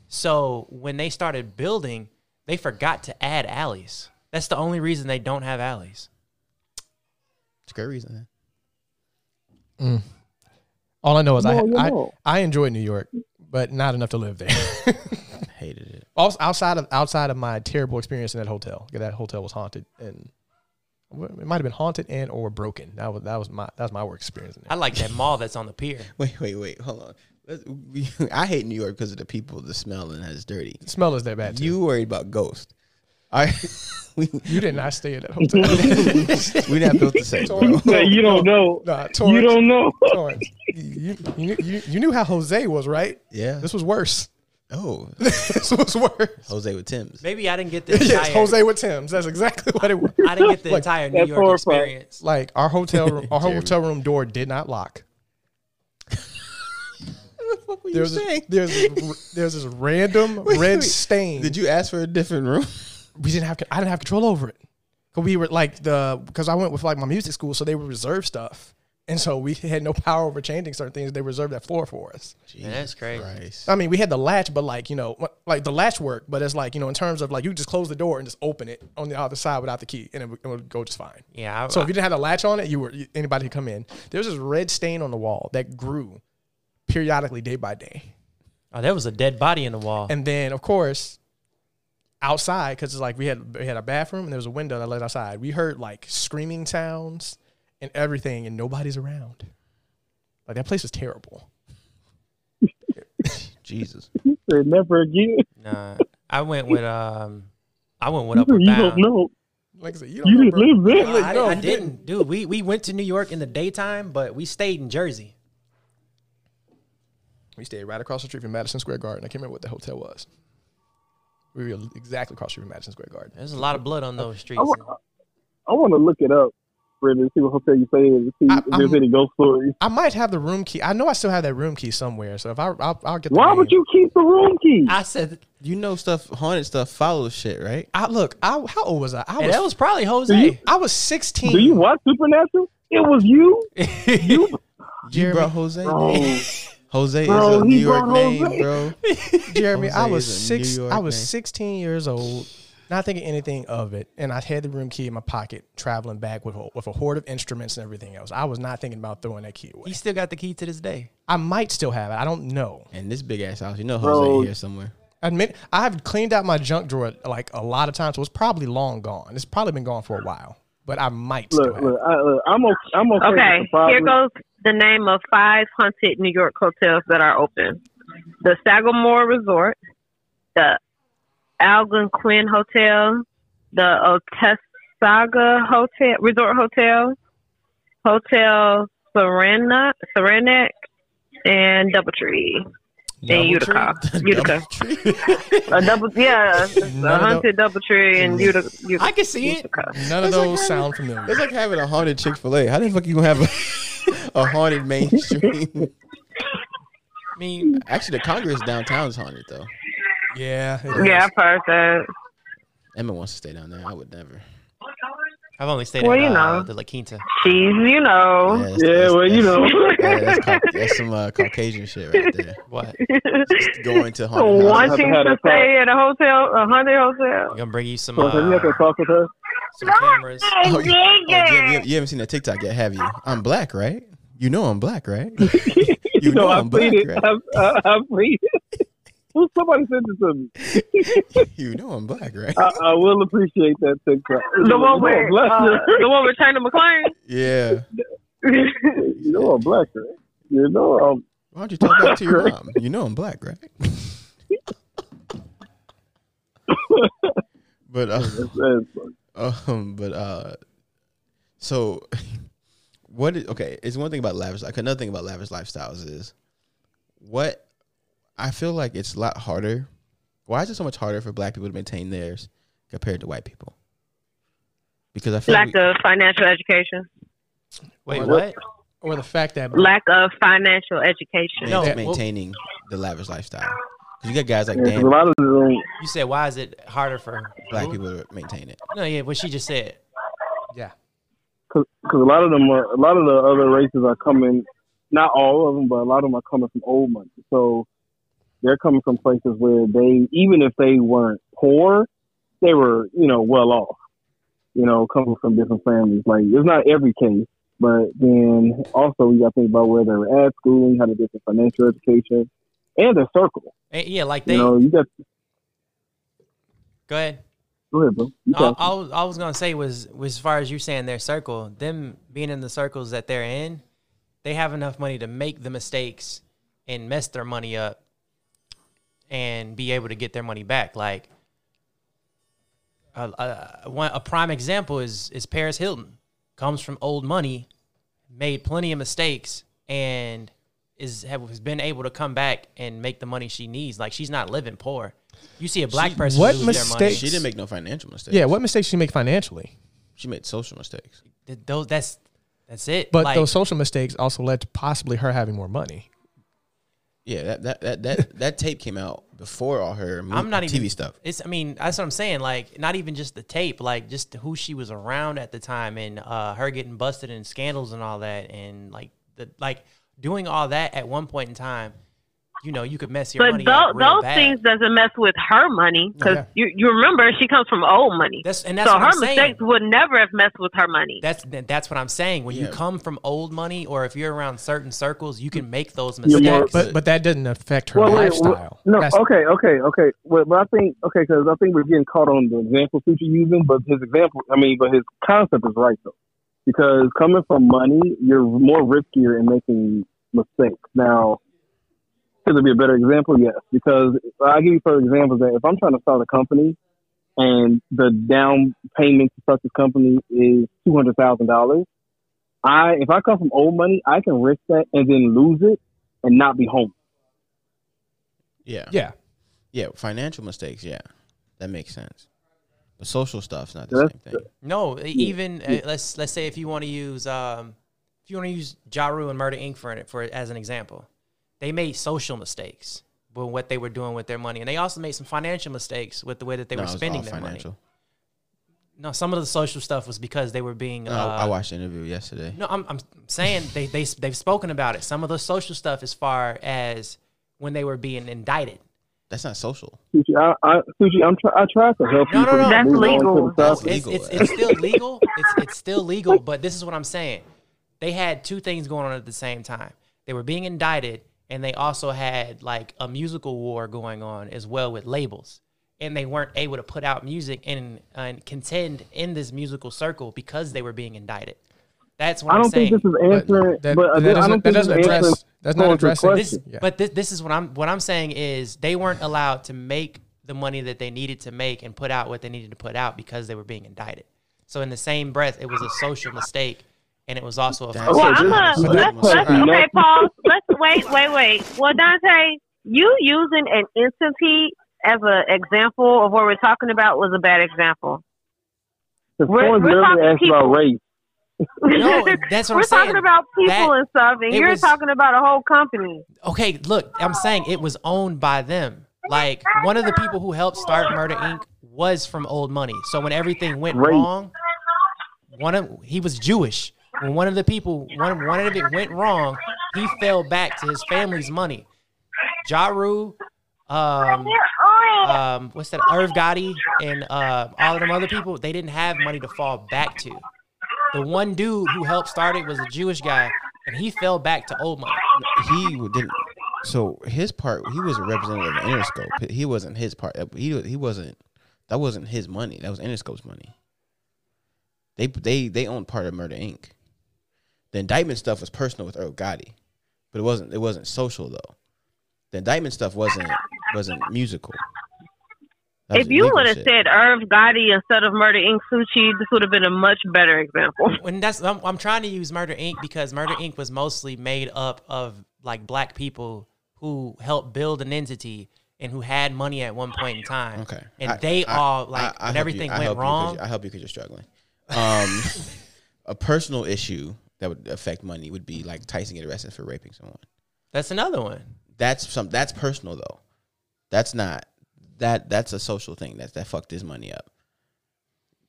So when they started building, they forgot to add alleys. That's the only reason they don't have alleys. It's a great reason. all I know is No, you I, know. I I enjoy New York, but not enough to live there. I hated it. also, outside of outside of my terrible experience in that hotel, 'cause that hotel was haunted and well, it might have been haunted and or broken. That was that was my that was my work experience. In there. I like that mall that's on the pier. Wait, wait, wait. Hold on. Let's, we, I hate New York because of the people, the smell, and how it's dirty. The smell is that bad. Too. You You worried about ghosts. I we you did not stay at that hotel. we not built the same. Bro. Yeah, you don't know. Nah, Torrance, You don't know. Torrance, You, you, knew- you, you knew how Jose was, right? Yeah. This was worse. Oh, this was worse. Jose with Tim's. Maybe I didn't get the entire Yes, Jose with Tim's. That's exactly what it was. I didn't get the Like, entire New that's York horrifying. experience. Like our hotel room, our hotel room door did not lock. What were There's this, there's this- there's this random red wait. stain. Did you ask for a different room? we didn't have I didn't have control over it. Cause we were like the because I went with like my music school, so they would reserve stuff, and so we had no power over changing certain things. They reserved that floor for us. Man, that's crazy. Christ. I mean, we had the latch, but like you know, what- like the latch worked, but it's like you know, in terms of like you just close the door and just open it on the other side without the key, and it would, it would go just fine. Yeah. I, So if you didn't have the latch on it, you were you, anybody could come in. There was this red stain on the wall that grew periodically day by day, oh, there was a dead body in the wall. and then of course, outside because it's like we had we had a bathroom and there was a window that led outside. We heard like screaming sounds and everything, and nobody's around. Like that place was terrible. Jesus. He said never again. Nah, I went with um, I went with Upper You don't Bound. know. Like I said, you don't You know, just bro. live there. Like, I, no, I you didn't, dude. We we went to New York in the daytime, but we stayed in Jersey. We stayed right across the street from Madison Square Garden. I can't remember what the hotel was. We were exactly across the street from Madison Square Garden. There's a lot of blood on those I streets. want, I want to look it up, Brendan, see what hotel you stay in, see I- if there's I'm- any ghost stories. I might have the room key. I know I still have that room key somewhere. So if I, I'll, I'll get. The Why would name. you keep the room key? I said You know stuff, haunted stuff follows shit, right? I look. I how old was I? I and was, that was probably you- Jose. I was sixteen. Do you watch Supernatural? It was you, Jeremy, You brought Jose. bro. Jose is Bro, a he New York brought name, Jose. bro. Jeremy? I Jose was is a New six. York I was name. sixteen years old, not thinking anything of it, and I had the room key in my pocket, traveling back with a, with a horde of instruments and everything else. I was not thinking about throwing that key away. He still got the key to this day. I might still have it. I don't know. And this big ass house, you know Jose Bro. here somewhere. Admit, I've cleaned out my junk drawer like a lot of times, so it's probably long gone. It's probably been gone for a while, but I might still Look, have. look, I, look I'm okay. I'm okay. Okay, with the here five- goes the name of five haunted New York hotels that are open: the Sagamore Resort, the Algonquin Hotel, the Otesaga Hotel Resort Hotel, Hotel Serena Serenac, and DoubleTree in Utica. Utica, a double, yeah, it's None a of tho- haunted DoubleTree in Utica. Mm. Ut- I can see it. Utica. it. None of those sound familiar. It's like having a haunted Chick Fil A. How the fuck you gonna have a, a haunted mainstream? I mean, Actually, the Congress downtown is haunted though. yeah, it is. Yeah, I've heard that. Emma wants to stay down there. I would never. I've only stayed Well, at you uh, know. the La Quinta. She's, you know. that's- Yeah, that's- well, you that's- know. yeah, that's, Cau- that's some uh, Caucasian shit right there. What? Going to haunted houses. wanting Had a to thought. stay at a hotel, a hundred hotel. I'm gonna bring you some So, uh, so you have to talk with her. some cameras. Oh, you, oh, you haven't- you haven't- you haven't seen that TikTok yet, have you? I'm black, right? You know I'm black, right? You know no, I'm I've black, seen it. right? I've, I- I've seen it. Well, somebody sent it to me. You know I'm black, right? I, I will appreciate that TikTok. The one you where know I'm uh, black, the one with China McClain. Yeah. right? you know I'm black, right? You know I'm. Why don't you talk back to your mom? You know I'm black, right? but uh, um, but uh, so what? Is, okay, it's one thing about lavish. Like another thing about lavish lifestyles is what I feel like it's a lot harder. Why is it so much harder for Black people to maintain theirs compared to white people? Because I feel Lack like of financial education. Wait, Or- what? Or the fact that Lack of financial education. No, well- maintaining the lavish lifestyle. 'Cause you got guys like Yeah, 'cause a Dan, lot of them. You said why is it harder for black who? people to maintain it. No, yeah, what she just said. yeah, because a lot of them are a lot of the other races are coming not all of them but a lot of them are coming from old money so they're coming from places where they even if they weren't poor they were you know well off you know coming from different families like it's not every case but then also you got to think about where they were at schooling how they get their financial education and their circle Eh, yeah, like you they. know you got Go ahead. go ahead bro You All, talk. all, all I was gonna say was, was as far as you saying their circle, them being in the circles that they're in, they have enough money to make the mistakes and mess their money up, and be able to get their money back. Like, a, a, one, a prime example is is Paris Hilton, comes from old money, made plenty of mistakes, and is have has been able to come back and make the money she needs. Like she's not living poor. You see a black person what lose their money. mistakes- She didn't make no financial mistakes. yeah. What mistakes you make financially, She made social mistakes. th- those that's that's it. but like, those social mistakes also led to possibly her having more money. Yeah, that that that that, that tape came out before all her mo- I'm not TV even stuff. It's I mean that's what I'm saying. Like not even just the tape, like just who she was around at the time and uh, her getting busted in scandals and all that, and like the like doing all that at one point in time you know you could mess your But money tho- up real those bad. things doesn't mess with her money because Yeah. you, you remember she comes from old money. That's- and that's so what her I'm saying. mistakes would never have messed with her money. That's that's what I'm saying. When you Yeah. come from old money, or if you're around certain circles, you can make those You're mistakes. more- But but that doesn't affect her Well, wait, lifestyle. No, That's- okay, okay, okay. Well, but I think okay because I think we're getting caught on the example Future using, but his example, I mean, but his concept is right though, because coming from money, you're more riskier in making mistakes. Now, could it be a better example? Yes, because I give you for example that if I'm trying to start a company and the down payment to start this company is two hundred thousand dollars, I if I come from old money, I can risk that and then lose it and not be home. Yeah. yeah. Yeah, financial mistakes. Yeah, that makes sense. But social stuff's not the That's same thing. No, e- even uh, let's let's say if you want to use um, if you want to use Jaru and Murder Inc. for it for as an example, they made social mistakes with what they were doing with their money, and they also made some financial mistakes with the way that they No, were it's all spending their money. No, some of the social stuff was because they were being. No, uh, I watched the interview yesterday. No, I'm, I'm saying they, they, they've spoken about it. Some of the social stuff as far as when they were being indicted. That's not social. Sushi, I, I, Sushi, I'm try, I tried to help No, you. no, but no. you That's moved on legal. to the That's topic. It's, legal. it's, it's still legal. It's, it's still legal, but this is what I'm saying. They had two things going on at the same time. They were being indicted, and they also had like a musical war going on as well with labels. And they weren't able to put out music and, and contend in this musical circle because they were being indicted. That's what I am don't saying. think this is But answering. that, but I that don't doesn't, think that this is doesn't answering address that's not Colin's addressing question. this, yeah. but this, this is what I'm what I'm saying is they weren't allowed to make the money that they needed to make and put out what they needed to put out because they were being indicted. So in the same breath, it was a social mistake, and it was also a Okay, Well, this- I'm a, but let's, that- let's, but- okay, Paul. Let's wait, wait, wait. Well, Dante, you using an entity as an example of what we're talking about was a bad example. Because We're- Colin's we're literally talking asked about people. race. No, that's what I'm we're saying. talking about people That- and stuff, and it you're was- talking about a whole company. okay, look, I'm saying it was owned by them. Like one of the people who helped start Murder Inc. was from Old Money. So when everything went Right. wrong, one of he was Jewish. When one of the people one one of it went wrong, he fell back to his family's money. Jaru, um, um, what's that? Irv Gotti and uh, all of them other people, they didn't have money to fall back to. The one dude who helped start it was a Jewish guy, and he fell back to old money. He w- didn't. So his part, he was a representative of Interscope. He wasn't his part. uh, He he wasn't. That wasn't his money. That was Interscope's money. They they they owned part of Murder Inc. The indictment stuff was personal with Earl Gotti, but it wasn't. It wasn't social though. The indictment stuff wasn't wasn't musical. That was if you illegal would have shit. said Irv Gotti instead of Murder Inc. Sushi, this would have been a much better example. when that's I'm, I'm trying to use Murder Inc. because Murder Inc. was mostly made up of like black people who helped build an entity and who had money at one point in time. Okay. and I- they I- all like I- I help when you. everything I help went you 'cause wrong. you- I help you because you're struggling. Um, a personal issue that would affect money would be like Tyson get arrested for raping someone. that's another one. That's some. That's personal though. That's not that. That's a social thing. That that fucked his money up.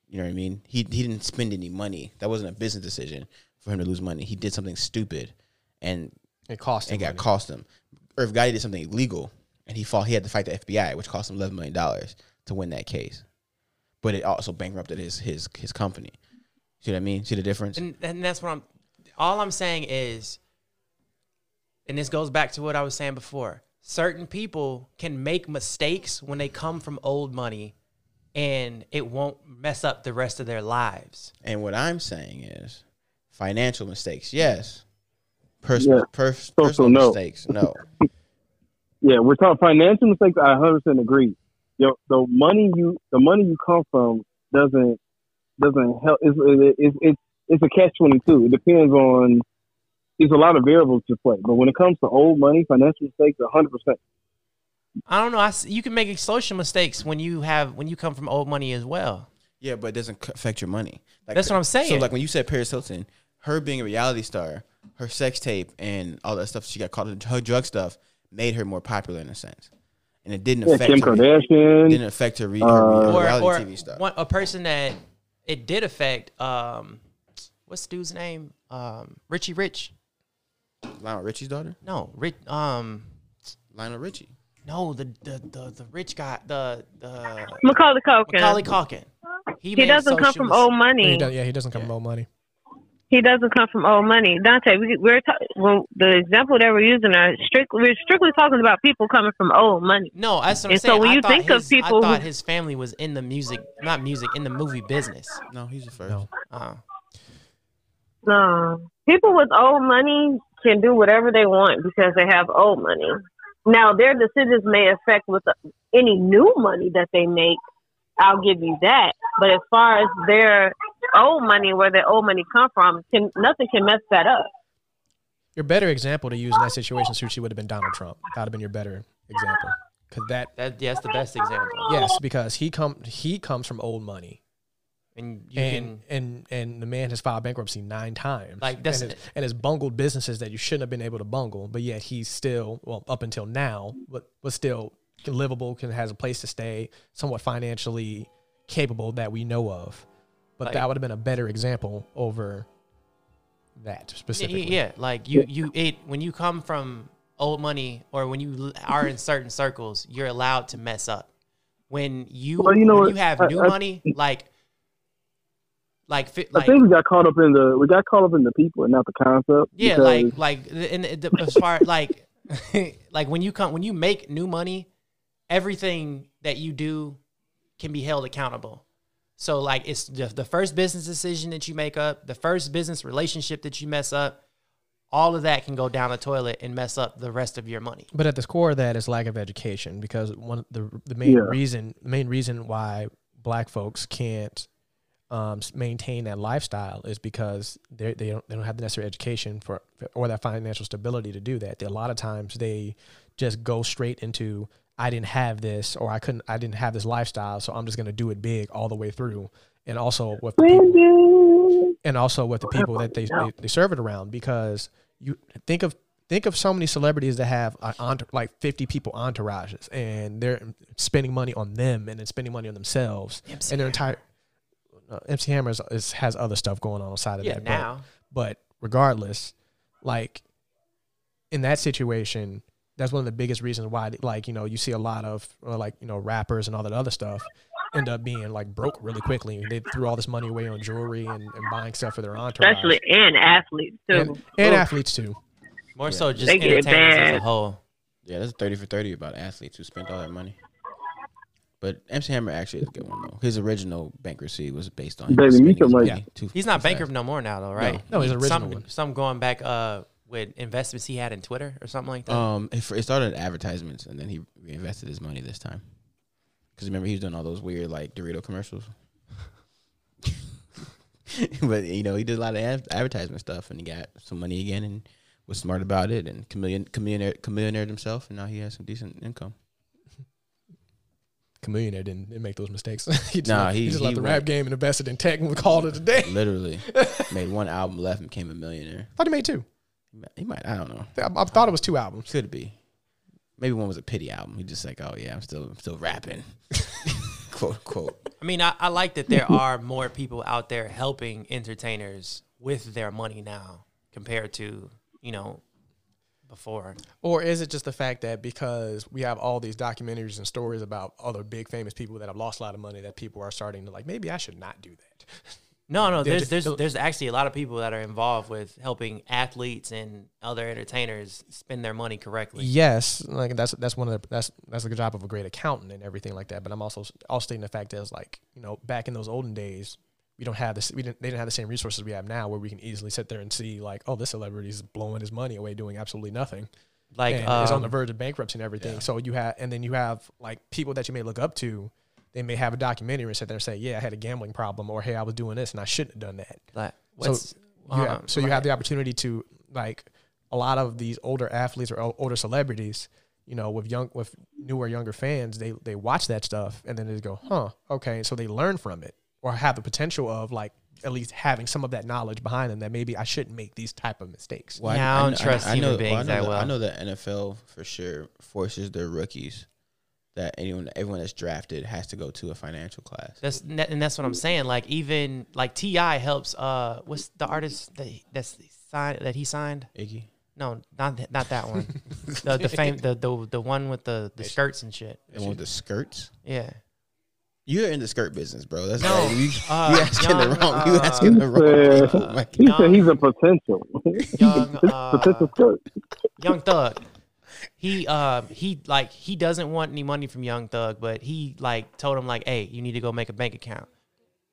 You know what I mean? He he didn't spend any money. That wasn't a business decision for him to lose money. He did something stupid, and It costs and got money. cost him. Irv Gotti did something illegal, and he fought. He had to fight the FBI, which cost him eleven million dollars to win that case. But it also bankrupted his his his company. See what I mean? See the difference? And, and that's what I'm. All I'm saying is, and this goes back to what I was saying before. Certain people can make mistakes when they come from old money, and it won't mess up the rest of their lives. And what I'm saying is, financial mistakes, yes. Personal, Yeah. per, Social, personal no. mistakes, no. Yeah, we're talking financial mistakes. I 100 percent agree. Yo, the money you the money you come from doesn't doesn't help. It's it, it's it's it's a catch twenty two. It depends on. There's a lot of variables to play, but when it comes to old money, financial mistakes, 100. percent I don't know. I s you can make social mistakes when you have when you come from old money as well. yeah, but it doesn't c- affect your money. Like, That's what I'm So, saying. like when you said Paris Hilton, her being a reality star, her sex tape, and all that stuff she got caught in, her drug stuff made her more popular in a sense, and it didn't Yeah, affect Kim her. Kardashian. didn't affect her, re- her, Uh, re- her or reality or TV stuff. one, a person that it did affect. Um, what's the dude's name? Um, Richie Rich? Lionel Richie's daughter. No, Rich. Um, Lionel Richie. No, the the the, the rich guy, the the Macaulay Culkin. Macaulay Culkin. He, he made doesn't come Social from old He money. does, yeah, he doesn't come from old money. He doesn't come from old money. Dante, we, we're ta- well, the example that we're using are strictly we're strictly talking about people coming from old money. No, that's what I'm And so saying. when I you thought think of his- people I who- thought his family was in the music, not music, in the movie business. No, he's the first. No. Uh, No, people with old money can do whatever they want because they have old money. Now their decisions may affect with uh, any new money that they make. I'll give you that. But as far as their old money, where their old money come from, can nothing can mess that up. Your better example to use in that situation, Sushi, would have been Donald Trump. That would have been your better example. Because that, that yeah, that's the best example. yes, because he come he comes from old money. And you And, can and and the man has filed bankruptcy nine times. Like, that's- and, has, and has bungled businesses that you shouldn't have been able to bungle, but yet he's still well up until now, but was still livable, can has a place to stay, somewhat financially capable that we know of. But Like- that would have been a better example over that yeah, specifically. yeah, like you you it when you come from old money or when you l- are in certain circles, you're allowed to mess up. When you Well, you know when what? you have I- new I- money, like like fi- I like think we got caught up in the we got caught up in the people and not the concept. Yeah, because- like like the- and the, as far like like when you come when you make new money, everything that you do can be held accountable. So like it's the, the first business decision that you make up, the first business relationship that you mess up, all of that can go down the toilet and mess up the rest of your money. But at the core of that is lack of education because one of the the main Yeah. reason the main reason why black folks can't um, s- maintain that lifestyle is because they they don't they don't have the necessary education for or that financial stability to do that. a lot of times they just go straight into I didn't have this or I couldn't I didn't have this lifestyle, so I'm just going to do it big all the way through. And also with the people, and also with the people that they, they, they serve it around because you think of think of so many celebrities that have uh, entour- like 50 people entourages and they're spending money on them and then spending money on themselves MC and their entire uh, MC Hammer is, is, has other stuff going on outside of Yeah, that but- now but regardless, like in that situation, that's one of the biggest reasons why, like, you know, you see a lot of uh, like, you know, rappers and all that other stuff end up being like broke really quickly. They threw all this money away on jewelry and, and buying stuff for their entourage. especially and athletes too. and, and Ooh. athletes too. more so just They get it entertainers as a bad. whole. Yeah, that's thirty for thirty about athletes who spent all that money. But MC Hammer actually is a good one though. His original bankruptcy was based on him Baby, you spending can his like- money too- He's not too fast. bankrupt no more now though, right? No, his He- original some, one. Some going back uh with investments he had in Twitter or something like that. Um, it, it started advertisements, and then he reinvested his money this time. Because remember, he was doing all those weird like Dorito commercials. but you know, he did a lot of ad- advertisement stuff, and he got some money again, and was smart about it, and chameleon chameleon chameleonaire himself, and now he has some decent income. Chameleon didn't, didn't make those mistakes. he just, Nah, left- he, he- just he left the went- rap game and invested in tech and we called it a day. I Literally made one album left and became a millionaire. thought he made two. He might, I don't know, I, I thought it was two albums. could be. Maybe one was a pity album. He just like, oh yeah, I'm still, I'm still rapping, quote unquote. I mean, I, I like that there are more people out there helping entertainers with their money now compared to, you know, before. Or is it just the fact that because we have all these documentaries and stories about other big famous people that have lost a lot of money that people are starting to like, maybe I should not do that. No, no, They're there's just- there's there's actually a lot of people that are involved with helping athletes and other entertainers spend their money correctly. Yes, like that's that's one of the that's that's the job of a great accountant and everything like that. But I'm also also stating the fact that it's like, you know, back in those olden days, we don't have this we didn't they didn't have the same resources we have now where we can easily sit there and see like, oh, this celebrity is blowing his money away doing absolutely nothing. Like and is on the um, verge of bankruptcy and everything. So you have, and then you have like people that you may look up to. They may have a documentary and sit there and say, "Yeah, I had a gambling problem," or "Hey, I was doing this and I shouldn't have done that." like what's You have- um, so you have the opportunity to like a lot of these older athletes or o- older celebrities. You know, with young, with newer, younger fans, they they watch that stuff and then they go, "Huh, okay." So they learn from it or have the potential of like at least having some of that knowledge behind them that maybe I shouldn't make these type of mistakes. Well, Yeah, I don't trust human beings I know that the- I well. know the NFL for sure forces their rookies that anyone, everyone that's drafted has to go to a financial class. That's ne- and that's what I'm saying. Like even like Ti helps. Uh, what's the artist that he- that's signed that he signed? Iggy, No, not th- not that one. the the fame the, the the one with the, the skirts and shit. And with the skirts, Yeah. you're in the skirt business, bro. That's No, like, you, uh, you asking the young, wrong. you uh, asking the wrong. Oh people. Yeah. Like, He Nah. said he's a potential. Young potential uh, skirt. Young Thug. He uh he like he doesn't want any money from Young Thug, but he like told him like, hey, you need to go make a bank account.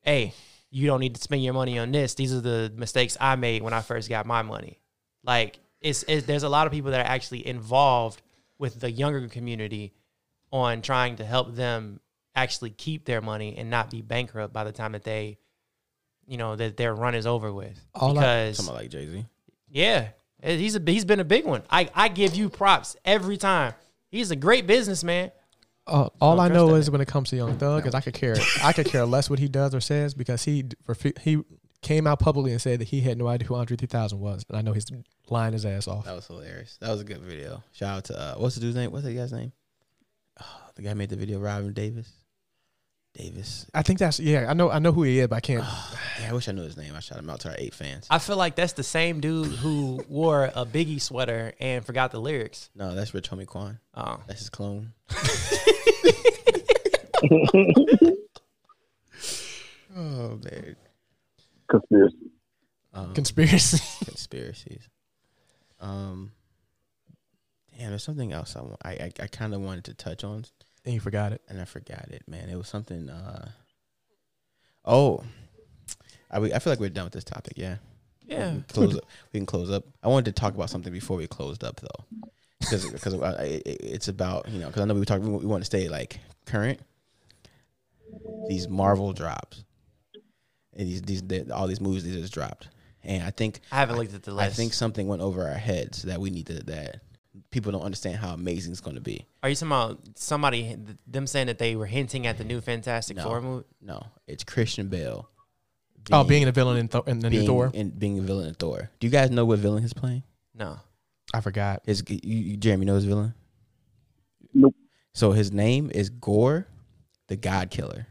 Hey, you don't need to spend your money on this. These are the mistakes I made when I first got my money. Like it's, it's there's a lot of people that are actually involved with the younger community on trying to help them actually keep their money and not be bankrupt by the time that they, you know, that their run is over with. All I- because Somebody like Jay Z. yeah, Eh, he's a he's been a big one. I I give you props every time. He's a great businessman. Uh, all I trust know that is when it comes to Young Thug, is I could care, I could care less what he does or says because he d- refu- he came out publicly and said that he had no idea who Andre 3000 was, and I know he's lying his ass off. That was hilarious. That was a good video. Shout out to uh, what's the dude's name? What's the guy's name? Oh, the guy made the video, Robin Davis. Davis. I think that's yeah. I know I know who he is, but I can't. Yeah, I wish I knew his name. I shout him out to our eight fans. I feel like that's the same dude who wore a Biggie sweater and forgot the lyrics. No, that's Rich Homie Quan. Oh, That's his clone. oh man, Conspiracy. um, Conspiracy. conspiracies. Um, damn, there's something else I want. I I, I kind of wanted to touch on, and you forgot it. and I forgot it, man. It was something. Uh, oh, I we- I feel like we're done with this topic. Yeah. yeah. We can close up. We can close up. I wanted to talk about something before we closed up though, because because it's about you know because I know we talked we, want to stay like current. These Marvel drops, and these these the- all these movies they just dropped, and I think I haven't looked at the list. I think something went over our heads that we need to that people don't understand how amazing it's going to be. Are you talking about somebody them saying that they were hinting at the new Fantastic No. Four movie? No, it's Christian Bale. oh, being a villain in, Thor in the new being, Thor. and being a villain in Thor. Do you guys know what villain he's playing? No. I forgot. His you, you, Jeremy knows villain. Nope. So his name is Gore, the God Killer.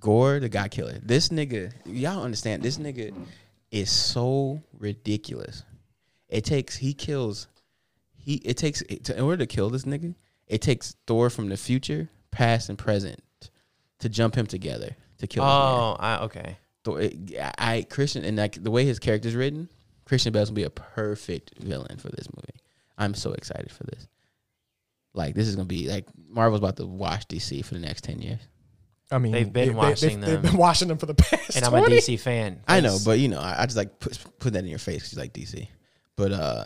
Gore, the God Killer. This nigga, y'all understand? This nigga is so ridiculous. It takes he kills. He it takes to, in order to kill this nigga. It takes Thor from the future, past, and present to jump him together to kill. this man. Oh, I, okay. Thor, I, I Christian and like the way his character's written, Christian Bale's gonna be a perfect villain for this movie. I'm so excited for this. Like this is gonna be like Marvel's about to wash DC for the next ten years. I mean, They've been watching They've them. been watching them for the past. And I'm a 20. DC fan. I know, but you know, I, I just like put, put that in your face. 'cause you like DC, but uh,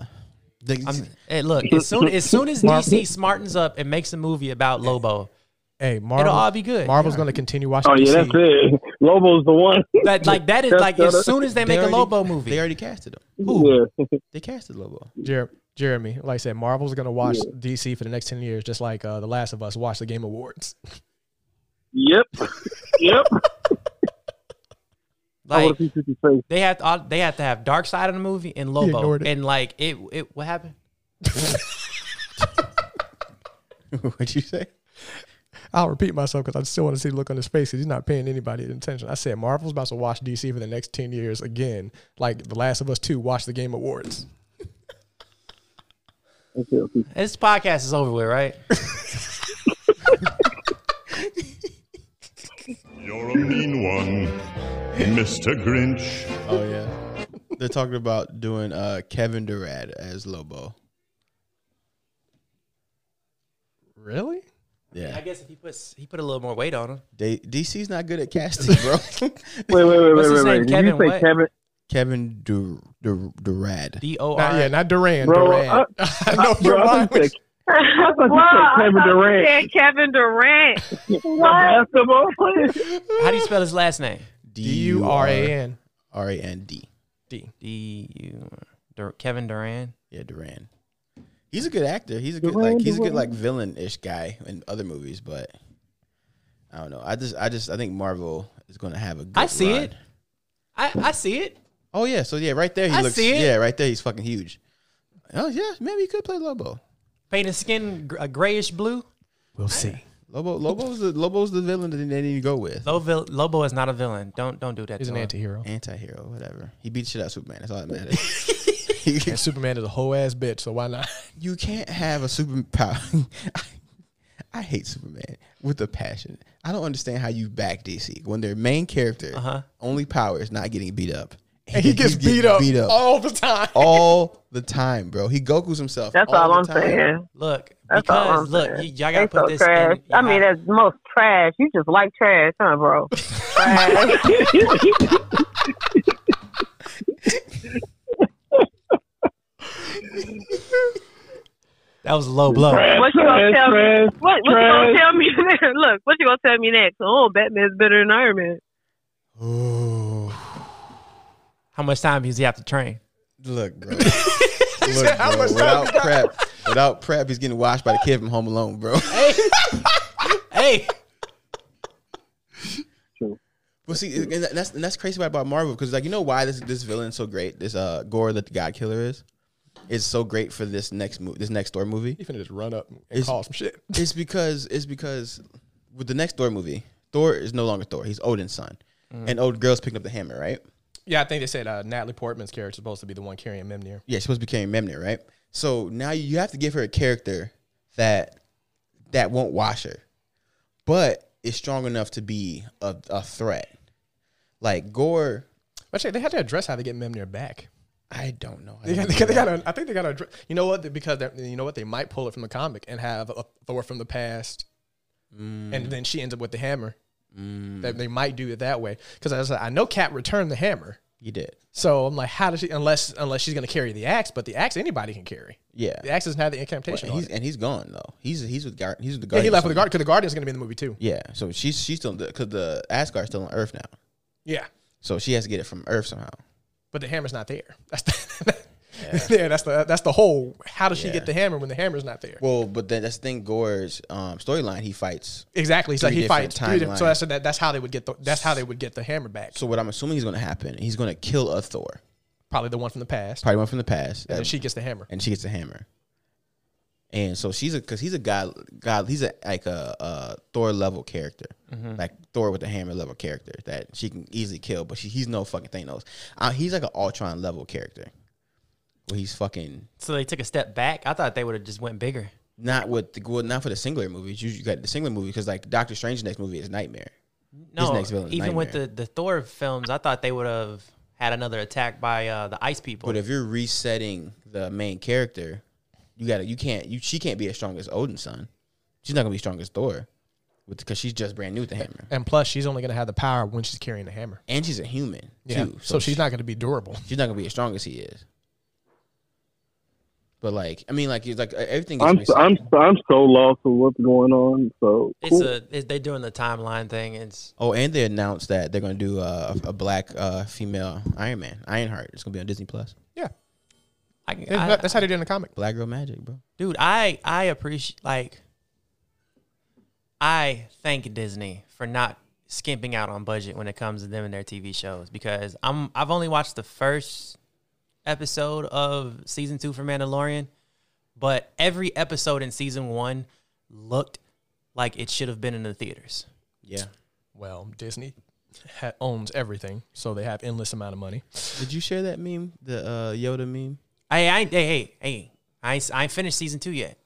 the, I'm, hey, look, as soon as soon as DC smartens up and makes a movie about Lobo, Hey, Marvel. all be good. Marvel's going to continue watching. Oh yeah, DC. that's it. Lobo's the one. that like that is like as soon as they make a already- Lobo movie, they already casted him. Yeah. They casted Lobo. Jer- Jeremy, like I said, Marvel's gonna watch DC for the next ten years, just like uh, The Last of Us watched the Game Awards. Yep. yep. I like want to see Sissy's face. They have to, uh, they have to have Dark Side in the movie and Lobo ignored it. and like it it what happened? What'd you say? I'll repeat myself because I still want to see the look on his face because he's not paying anybody attention. I said Marvel's about to watch DC for the next ten years again, like The Last of Us Two watched the Game Awards. Okay, okay. This podcast is over with, right? You're a mean one, Mr. Grinch. Oh yeah, they're talking about doing uh Kevin Durant as Lobo. Really? Yeah, I guess if he puts he put a little more weight on him. they, DC's not good at casting, bro. Wait, wait, wait, What's wait, his wait, name? wait. Did Kevin you say what? Kevin? Kevin Dur Dur Durad. D O Not, yeah, R. not Duran. Bro, Duran. I know your Bro, I mind thought you was- said I thought you said Kevin Durant. Kevin Durant. the basketball player. How do you spell his last name? D D U R A N. R A N D. D U Dur- Kevin Duran. Yeah, Duran. He's a good actor. He's a good like he's a good like villain ish guy in other movies, but I don't know. I just I just I think Marvel is gonna have a good I see run. it. I I see it. Oh yeah, so yeah, right there he I looks see it. yeah, right there he's fucking huge. Oh yeah, maybe he could play Lobo. Paint his skin gr- a grayish blue. We'll see. Lobo Lobo's the Lobo's the villain that they need to go with. Lobo, Lobo is not a villain. Don't don't do that. He's to an him. anti-hero. Antihero, whatever. He beat the shit out of Superman, that's all that matters. and Superman is a whole ass bitch, so why not? You can't have a superpower. I, I hate Superman with a passion. I don't understand how you back DC when their main character only power is not getting beat up. Uh-huh. And he gets He's getting beat up, all the time. all the time, bro. He Goku's himself. That's all all, the I'm time. saying. Look, That's all because I'm look, saying. y- y'all They gotta put so this. trash. in- I mean, that's most trash. You just like trash, huh, bro? Trash. that was a low blow. What you gonna Trash, tell me? trash, What, what you gonna trash. tell me? Look, what you gonna tell me next? Oh, Batman's better than Iron Man. How much time does he have to train? Look, bro. Look, how bro. much time Without you got? prep, without prep, he's getting washed by the kid from Home Alone, bro. Hey, Well, see, and that- that's and that's crazy about- about Marvel because like you know why this this villain is so great. This uh Gore that the God Killer is is so great for this next movie, this next door movie. He finna just run up and It's- call some shit. It's because it's because with the next door movie, Thor is no longer Thor. He's Odin's son, Mm. and old girl's picking up the hammer, right? Yeah, I think they said uh, Natalie Portman's character is supposed to be the one carrying Mimnir. Yeah, she's supposed to be carrying Mimir, right? So now you have to give her a character that that won't wash her, but is strong enough to be a, a threat. Like Gore, Actually, they had to address how they get Mimnir back. I don't know. how They to got, do they got, they that. got to, I think they got to. address- You know what? Because they're- you know what, they might pull it from the comic and have a Thor from the past, Mm. and then she ends up with the hammer. They, they might do it that way because I was like, I know Cat returned the hammer, you did. so I'm like, how does she? Unless unless she's gonna carry the axe, but the axe anybody can carry. Yeah, The axe doesn't have the Well, incantation. and on he's it. and he's gone though. He's he's with Gar- he's with the yeah, guard. he left with the guard because the guardian's gonna be in the movie too. Yeah, so she's she's still because the Asgard's still on Earth now, Yeah, so she has to get it from Earth somehow. but the hammer's not there. That's the, yeah, that's the that's the whole. How does she Yeah. get the hammer when the hammer's not there? Well, but then that's the thing. Gore's um, storyline he fights. Exactly. So Three he different fights. three different- So timelines. that's that, that's how they would get the, that's how they would get the hammer back. So what I'm assuming is going to happen, he's going to kill a Thor, Probably the one from the past. probably one from the past, that- And then she gets the hammer. and she gets a hammer. And so she's a because he's a god god he's a like a, a Thor level character, like Thor with the hammer level character that she can easily kill, but she, he's no fucking Thanos. Uh, he's like an Ultron level character, where he's fucking so they took a step back. I thought they would have just went bigger. not with the well, not for the singular movies. You, you got the singular movie because like Doctor Strange's next movie is Nightmare. No, next villain even is with the, Nightmare. the Thor films, I thought they would have had another attack by uh, the ice people. But if you're resetting the main character, you gotta you can't you she can't be as strong as Odin's son. She's not gonna be strong as Thor, with because she's just brand new with the hammer. And plus, she's only going to have the power when she's carrying the hammer. and she's a human Yeah. too. so she's not going to be durable. she's not gonna be as strong as he is. But like, I mean, like, it's like e-, everything. Gets I'm so, I'm so, I'm so lost with what's going on. So it's cool. a it, they're doing the timeline thing. It's oh, and they announced that they're gonna do uh, a, a black uh, female Iron Man, Ironheart. It's gonna be on Disney Plus. Yeah. I, Yeah, I, that's how they did in the comic. Black girl magic, bro. dude i i appreciate like i thank disney for not skimping out on budget when it comes to them and their tv shows because i'm i've only watched the first episode of season two for mandalorian but every episode in season one looked like it should have been in the theaters Yeah. Well, Disney ha- owns everything, so they have endless amount of money. Did you share that meme, the uh, Yoda meme? hey i ain't- hey hey hey i ain't, I ain't finished season two yet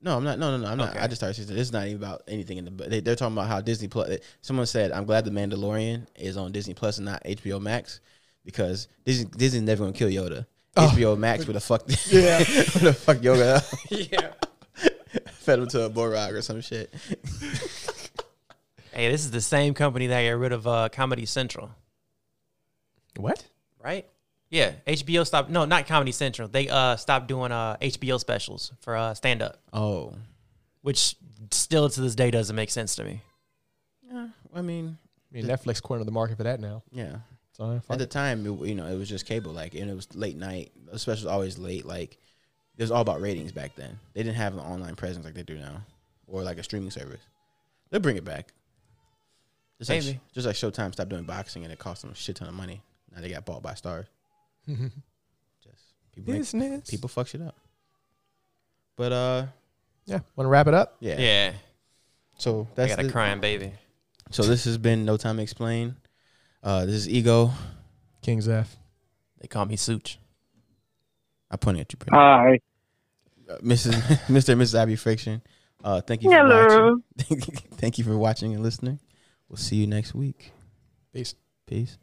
No, I'm not. No, no, no. I'm not. I just started. Season. It's not even about anything in the. But they, they're talking about how Disney Plus. Someone said, "I'm glad the Mandalorian is on Disney Plus and not HBO Max because Disney Disney's never gonna kill Yoda. HBO Max would have fucked. Oh. Yeah, would have fucked Yoda. up. Yeah. Fed him to a Borog or some shit. hey this is the same company that got rid of uh comedy central What? right? Yeah, HBO stopped. No, not Comedy Central. They uh stopped doing uh HBO specials for uh stand up, Oh, which still to this day doesn't make sense to me. I mean, I mean, Netflix cornered the market for that now. yeah. So At the time, it, you know, it was just cable, like, and it was late night. The specials always late. Like, it was all about ratings back then. They didn't have an online presence like they do now, or like a streaming service. They'll bring it back. Just like, Maybe. just like Showtime stopped doing boxing, and it cost them a shit ton of money. Now they got bought by stars. just people, make- business. people fuck shit up. But uh, Yeah. Want to wrap it up? yeah. Yeah, So I that's got a the- crying baby. So this has been No Time to Explain. Uh, this is Ego. King's F. They call me Such. I'm pointing at you, pretty. Hi. Uh, Mrs. Mr. and Mrs. Abby Friction. Uh, thank you. Hello. For watching. thank you for watching and listening. We'll see you next week. Peace. Peace.